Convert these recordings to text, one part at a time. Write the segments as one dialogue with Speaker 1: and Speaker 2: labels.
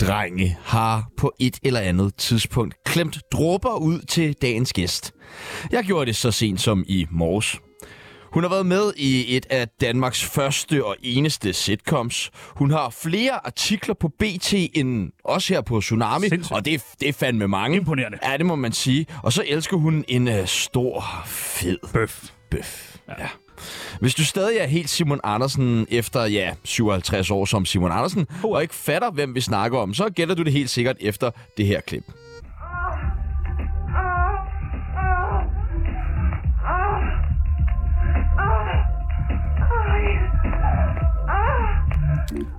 Speaker 1: drenge har på et eller andet tidspunkt klemt dråber ud til dagens gæst. Jeg gjorde det så sent som i morges. Hun har været med i et af Danmarks første og eneste sitcoms. Hun har flere artikler på BT end os her på Tsunami,
Speaker 2: Sindssygt.
Speaker 1: og det, er- det er fandme mange.
Speaker 2: Imponerende.
Speaker 1: Ja, det må man sige. Og så elsker hun en øh, stor, fed
Speaker 2: Bøf.
Speaker 1: bøf. Ja. ja. Hvis du stadig er helt Simon Andersen efter, ja, 57 år som Simon Andersen, og ikke fatter, hvem vi snakker om, så gætter du det helt sikkert efter det her klip.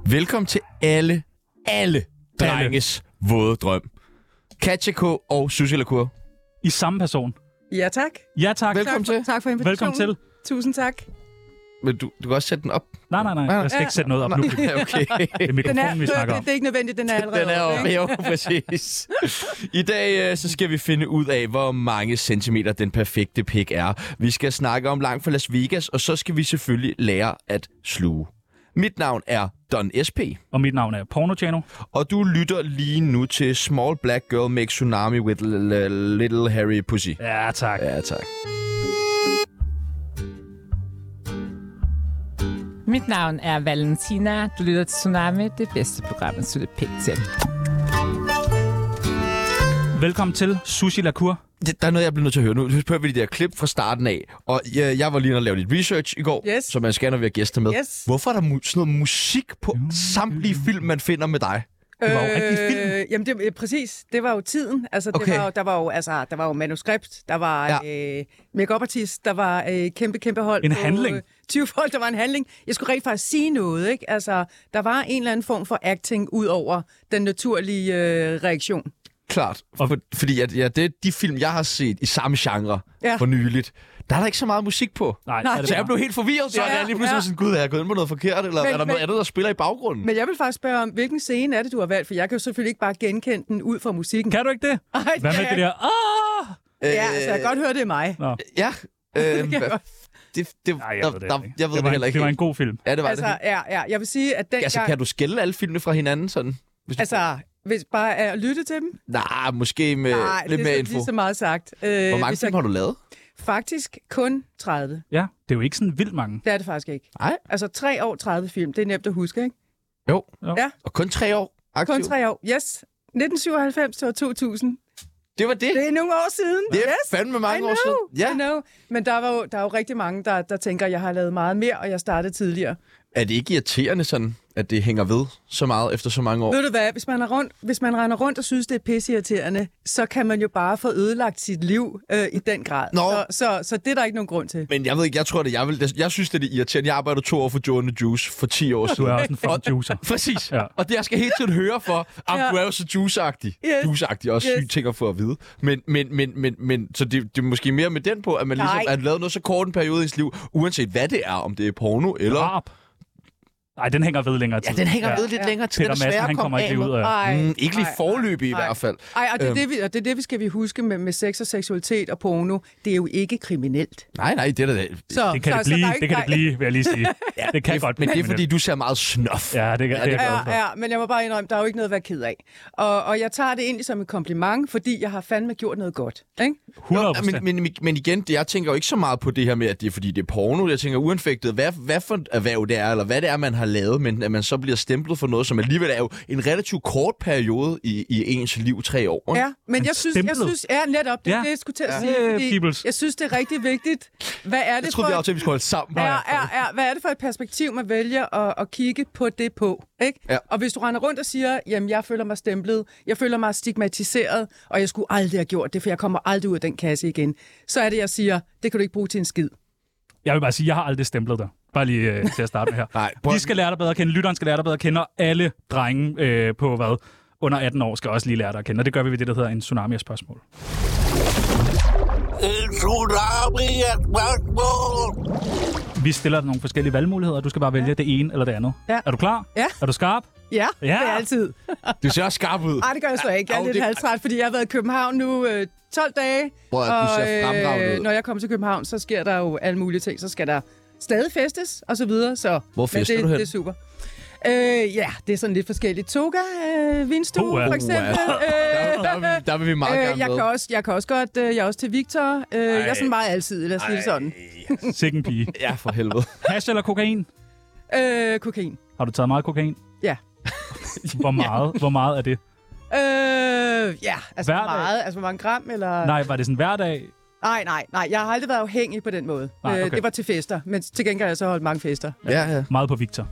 Speaker 1: Velkommen til alle, alle drenges våde drøm. Katja K. og Susie Lacour.
Speaker 2: I samme person.
Speaker 3: Ja, tak.
Speaker 2: Ja, tak.
Speaker 1: Velkommen
Speaker 3: tak for,
Speaker 1: til.
Speaker 3: Tak for invitationen.
Speaker 2: Velkommen til.
Speaker 3: Tusind tak.
Speaker 1: Men du, du kan også sætte den op.
Speaker 2: Nej, nej, nej. Jeg skal ikke sætte noget op nu. Det
Speaker 1: Ja, okay.
Speaker 2: er mikrofonen, vi snakker om.
Speaker 3: det, det er ikke nødvendigt, den er allerede
Speaker 1: Den er
Speaker 3: oppe,
Speaker 1: oppe,
Speaker 3: ikke?
Speaker 1: jo, præcis. I dag øh, så skal vi finde ud af, hvor mange centimeter den perfekte pik er. Vi skal snakke om langt fra Las Vegas, og så skal vi selvfølgelig lære at sluge. Mit navn er Don SP,
Speaker 2: Og mit navn er Porno Chano.
Speaker 1: og du lytter lige nu til Small Black Girl Make Tsunami with l- l- Little Harry Pussy.
Speaker 2: Ja, tak.
Speaker 1: Ja, tak.
Speaker 4: Mit navn er Valentina. Du lytter til Tsunami, det bedste program, at slutte pænt til.
Speaker 2: Velkommen til Sushi Lacour.
Speaker 1: Det, der er noget, jeg bliver nødt til at høre nu. Nu hører vi de der klip fra starten af, og jeg, jeg var lige inde og lave lidt research i går,
Speaker 3: Yes.
Speaker 1: som man skal, når vi har gæster med.
Speaker 3: Yes.
Speaker 1: Hvorfor er der mu- sådan noget musik på samtlige film, man finder med dig?
Speaker 2: Det var jo rigtig film.
Speaker 3: Øh, jamen, det, øh, præcis. Det var jo tiden. Altså, det
Speaker 1: Okay.
Speaker 3: var, jo- der, var jo, altså, der var jo manuskript, der var øh, make artist, der var øh, kæmpe, kæmpe hold.
Speaker 2: En
Speaker 3: på,
Speaker 2: handling.
Speaker 3: øh, 20 folk, der var en handling. Jeg skulle rent faktisk sige noget, ikke? Altså, der var en eller anden form for acting ud over den naturlige øh, reaktion.
Speaker 1: Klart.
Speaker 2: Og-
Speaker 1: Og for, fordi at, ja, det er de film, jeg har set i samme genre
Speaker 3: Ja.
Speaker 1: ja. for nyligt. Der er der ikke så meget musik på.
Speaker 2: Nej,
Speaker 3: Nej,
Speaker 2: er det
Speaker 1: Så jeg
Speaker 2: bare.
Speaker 1: blev helt forvirret, så
Speaker 3: Ja,
Speaker 1: ja, jeg lige pludselig
Speaker 3: ja.
Speaker 1: ja. sådan, gud, er jeg gået ind på noget forkert, eller
Speaker 3: Men-
Speaker 1: men, er der
Speaker 3: men-
Speaker 1: men, noget andet, der spiller i baggrunden? Men,
Speaker 3: Men jeg vil faktisk spørge om, hvilken scene er det, du har valgt? For jeg kan jo selvfølgelig ikke bare genkende den ud fra musikken.
Speaker 2: Kan du ikke det?
Speaker 3: Ej, det
Speaker 2: Hvad med
Speaker 3: kan
Speaker 2: det
Speaker 3: jeg
Speaker 2: der? Ah!
Speaker 3: ikke. Ja, altså, jeg kan godt høre, det er mig.
Speaker 1: Ja. Øh,
Speaker 3: Det kan jeg
Speaker 1: hva-
Speaker 3: godt.
Speaker 1: det, det,
Speaker 2: Nej, jeg ved det,
Speaker 1: der,
Speaker 2: ikke.
Speaker 1: jeg ved
Speaker 2: det,
Speaker 1: det,
Speaker 2: var
Speaker 1: heller
Speaker 2: en,
Speaker 1: ikke.
Speaker 2: det var en god film.
Speaker 1: Ja, det var altså,
Speaker 3: Altså,
Speaker 1: det. helt.
Speaker 3: ja, ja, jeg vil sige, at den
Speaker 1: Altså, kan du skille alle filmene fra hinanden sådan? Hvis du...
Speaker 3: Altså, hvis bare at lytte til dem?
Speaker 1: Nej, måske med
Speaker 3: Nej,
Speaker 1: Øh, lidt
Speaker 3: det
Speaker 1: mere
Speaker 3: er
Speaker 1: info.
Speaker 3: lige så meget sagt. Øh,
Speaker 1: Hvor mange
Speaker 3: hvis jeg-
Speaker 1: film har du lavet?
Speaker 3: Faktisk kun 30.
Speaker 2: Ja, det er jo ikke sådan vildt mange.
Speaker 3: Det er det faktisk ikke.
Speaker 1: Nej.
Speaker 3: Altså, tre år 30 film. Det er nemt at huske, ikke?
Speaker 1: Jo.
Speaker 2: Jo.
Speaker 3: Ja.
Speaker 1: Og kun tre år aktiv?
Speaker 3: Kun tre år. Yes. 1997 til år 2000.
Speaker 1: Det var det.
Speaker 3: Det er nogle år siden.
Speaker 1: Det er
Speaker 3: yes.
Speaker 1: fandme mange
Speaker 3: I
Speaker 1: år
Speaker 3: know,
Speaker 1: siden.
Speaker 3: I
Speaker 1: Ja.
Speaker 3: know. Men der, var jo, der er jo rigtig mange, der, der tænker, at jeg har lavet meget mere, og jeg startede tidligere.
Speaker 1: Er det ikke irriterende sådan, at det hænger ved så meget efter så mange år?
Speaker 3: Ved du hvad, hvis man, er rundt, hvis man render rundt og synes, det er pisseirriterende, så kan man jo bare få ødelagt sit liv øh, i den grad.
Speaker 1: Nå.
Speaker 3: Så, så, så det er der ikke nogen grund til.
Speaker 1: Men jeg ved ikke, jeg tror det, jeg vil. Jeg, jeg synes, det er irriterende. Jeg arbejdede to år for Joe and the Juice for 10 år
Speaker 2: Du
Speaker 1: siden.
Speaker 2: er også en fucking juicer.
Speaker 1: Præcis.
Speaker 2: Ja.
Speaker 1: Ja. Og det, jeg skal hele tiden høre for, at
Speaker 3: Ja.
Speaker 1: ja. du er jo så juice-agtig.
Speaker 3: Yes.
Speaker 1: Juice-agtig, også yes.
Speaker 3: Yes.
Speaker 1: sygt ting at få at vide. Men, men, men, men, men så det, det er måske mere med den på, at man
Speaker 3: Nej.
Speaker 1: ligesom har lavet noget så kort en periode i ens liv, uanset hvad det er, om det er porno eller...
Speaker 2: Drab. Nej, den hænger ved længere tid.
Speaker 1: Ja, den hænger
Speaker 2: Ah.
Speaker 1: ja.
Speaker 2: Ja.
Speaker 1: ved lidt
Speaker 3: Ja.
Speaker 1: ja. længere tid.
Speaker 2: Peter
Speaker 1: Den er svær
Speaker 2: Madsen, han
Speaker 1: at
Speaker 2: kommer
Speaker 1: komme
Speaker 2: ikke
Speaker 1: af
Speaker 2: lige ud
Speaker 1: med.
Speaker 2: af.
Speaker 3: Ej,
Speaker 1: Mm, ikke lige
Speaker 3: ej,
Speaker 1: forløbig i
Speaker 3: ej.
Speaker 1: hvert fald.
Speaker 3: Ej, og det, er
Speaker 1: Øhm.
Speaker 3: det, vi, og det er det, vi skal vi huske med, med sex og seksualitet og porno. Det er jo ikke kriminelt.
Speaker 1: Nej, nej, det er da...
Speaker 3: Så,
Speaker 2: Det kan
Speaker 3: så,
Speaker 2: det
Speaker 3: så der
Speaker 2: blive,
Speaker 3: er ikke-
Speaker 2: det kan
Speaker 3: der
Speaker 2: det
Speaker 3: er-
Speaker 2: blive, vil jeg lige sige. ja, det kan
Speaker 1: det,
Speaker 2: godt
Speaker 1: men
Speaker 2: blive.
Speaker 1: det er, fordi du ser meget snof.
Speaker 2: Ja, det, det, det er jeg glad for.
Speaker 3: Ja, ja, men jeg må bare indrømme, der er jo ikke noget at være ked af. Og, og jeg tager det egentlig som et kompliment, fordi jeg har fandme gjort noget godt. Ikke?
Speaker 2: 100
Speaker 1: Ja, men, men, men igen, det, jeg tænker jo ikke så meget på det her med, at det er fordi, det er porno. Jeg tænker uanfægtet, hvad, hvad for et erhverv det er, eller hvad det er, man har lavet, men at man så bliver stemplet for noget, som alligevel er jo en relativt kort periode i, i ens liv, tre år. ikke?
Speaker 3: Ja, men jeg synes, jeg
Speaker 2: stemplet.
Speaker 3: synes, ja, netop, det er
Speaker 2: Ja.
Speaker 3: det, jeg skulle til at
Speaker 2: Ja.
Speaker 3: sige.
Speaker 2: Øh,
Speaker 3: fordi
Speaker 2: peoples.
Speaker 3: Jeg synes, det er rigtig vigtigt. Hvad er det
Speaker 1: Jeg
Speaker 3: for
Speaker 1: troede, vi
Speaker 3: et-
Speaker 1: aftalte, at vi skulle holde sammen.
Speaker 2: Nå,
Speaker 3: Ja,
Speaker 2: ja,
Speaker 3: ja, ja. Hvad er det for et perspektiv, man vælger at, at kigge på det på? Ikke?
Speaker 1: Ja.
Speaker 3: Og hvis du render rundt og siger, jamen jeg føler mig stemplet, jeg føler mig stigmatiseret, og jeg skulle aldrig have gjort det, for jeg kommer aldrig ud af den kasse igen, så er det, jeg siger, det kan du ikke bruge til en skid.
Speaker 2: Jeg vil bare sige, jeg har aldrig stemplet dig. Bare lige øh, til at starte med her.
Speaker 1: Nej, prøv-
Speaker 2: Vi skal lære dig bedre at kende, lytteren skal lære dig bedre at kende, og alle drenge øh, på hvad? under 18 år skal også lige lære dig at kende. Og det gør vi ved det, der hedder en tsunami af spørgsmål.
Speaker 5: Tsunami at Blackmore.
Speaker 2: Vi stiller dig nogle forskellige valgmuligheder, og du skal bare vælge det ene eller det andet.
Speaker 3: Ja.
Speaker 2: Er du klar?
Speaker 3: Ja.
Speaker 2: Er du skarp?
Speaker 3: Ja,
Speaker 2: Ja.
Speaker 3: det er altid.
Speaker 1: Du ser også skarp ud.
Speaker 3: Nej, det gør jeg så ikke. Jeg er
Speaker 1: Au,
Speaker 3: lidt
Speaker 1: det-
Speaker 3: halvtræt, fordi jeg har været i København nu øh, 12 dage. øh,
Speaker 1: Bror, du ser fremragende ud.
Speaker 3: når jeg kommer til København, så sker der jo alle mulige ting. Så skal der stadig festes og så videre. Så,
Speaker 1: Hvor
Speaker 3: men
Speaker 1: fester
Speaker 3: det,
Speaker 1: du hen?
Speaker 3: Det er super. Øh, ja, det er sådan lidt forskelligt. Toga, øh, vinstue
Speaker 2: Uha.
Speaker 3: for eksempel. Øh,
Speaker 1: Der, vil- der vil vi meget
Speaker 3: Øh,
Speaker 1: gerne
Speaker 3: jeg,
Speaker 1: med.
Speaker 3: kan også, jeg kan også godt, øh, jeg er også til Victor. Øh, jeg er sådan meget altid, lad os sige det sådan.
Speaker 2: Sikken pige.
Speaker 1: Ja, for helvede.
Speaker 2: Hash eller kokain?
Speaker 3: Øh, kokain.
Speaker 2: Har du taget meget kokain?
Speaker 3: Ja.
Speaker 2: Hvor meget, hvor meget er det?
Speaker 3: Øh, ja, altså
Speaker 2: Hver
Speaker 3: hvor
Speaker 2: dag?
Speaker 3: meget, altså hvor mange gram, eller...
Speaker 2: Nej, var det sådan hver dag?
Speaker 3: nej, nej, nej, jeg har aldrig været afhængig på den måde.
Speaker 2: Nej,
Speaker 3: Øh,
Speaker 2: okay.
Speaker 3: Det var til fester, men til gengæld har jeg så holdt mange fester.
Speaker 1: ja, ja.
Speaker 2: Meget på Victor.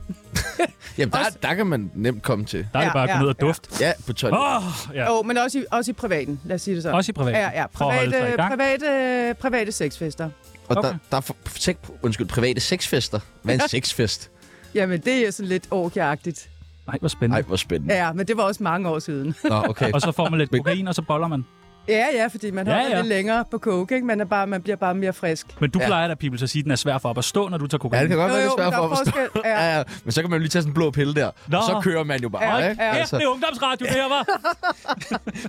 Speaker 1: Jamen, der, der kan man nemt komme til.
Speaker 2: Der er det
Speaker 3: Ja,
Speaker 2: bare at gå
Speaker 3: ja,
Speaker 2: ned og
Speaker 3: ja.
Speaker 2: duft.
Speaker 1: Ja, på toilet.
Speaker 2: Åh, ja.
Speaker 3: Jo, men også i, også i privaten, lad os sige det sådan.
Speaker 2: Også i privat.
Speaker 3: Ja, ja,
Speaker 2: For at holde sig i
Speaker 3: private,
Speaker 2: gang.
Speaker 3: private, private sexfester.
Speaker 1: Og
Speaker 2: Okay.
Speaker 1: der, der er for, sek, undskyld, private sexfester. Hvad er en sexfest?
Speaker 3: Jamen, det er sådan lidt orkjagtigt.
Speaker 2: Nej,
Speaker 1: Nej,
Speaker 2: hvor spændende.
Speaker 1: hvor spændende.
Speaker 3: Ja, men det var også mange år siden.
Speaker 1: Nå, okay.
Speaker 2: Og så får man lidt kokain, og så boller man.
Speaker 3: ja, ja, fordi man
Speaker 2: Ja,
Speaker 3: holder
Speaker 2: ja.
Speaker 3: lidt længere på coke, ikke? Man, er bare, man bliver bare mere frisk.
Speaker 2: Men du
Speaker 1: Ja.
Speaker 2: plejer da, Pibels, at sige, at den er svær for op at stå, når du tager
Speaker 1: Ja,
Speaker 2: kokain.
Speaker 1: det kan godt
Speaker 3: Jo,
Speaker 1: være lidt
Speaker 3: jo, men
Speaker 1: svært
Speaker 3: der
Speaker 1: for
Speaker 3: er
Speaker 1: at forstå.
Speaker 3: forskel. Ja.
Speaker 1: Ja. ja, men så kan man jo lige tage sådan en blå pille der,
Speaker 2: Nå.
Speaker 1: og så kører man jo bare.
Speaker 3: Ja,
Speaker 1: ikke?
Speaker 3: ja.
Speaker 2: Altså. det er ungdomsradio, det her, var.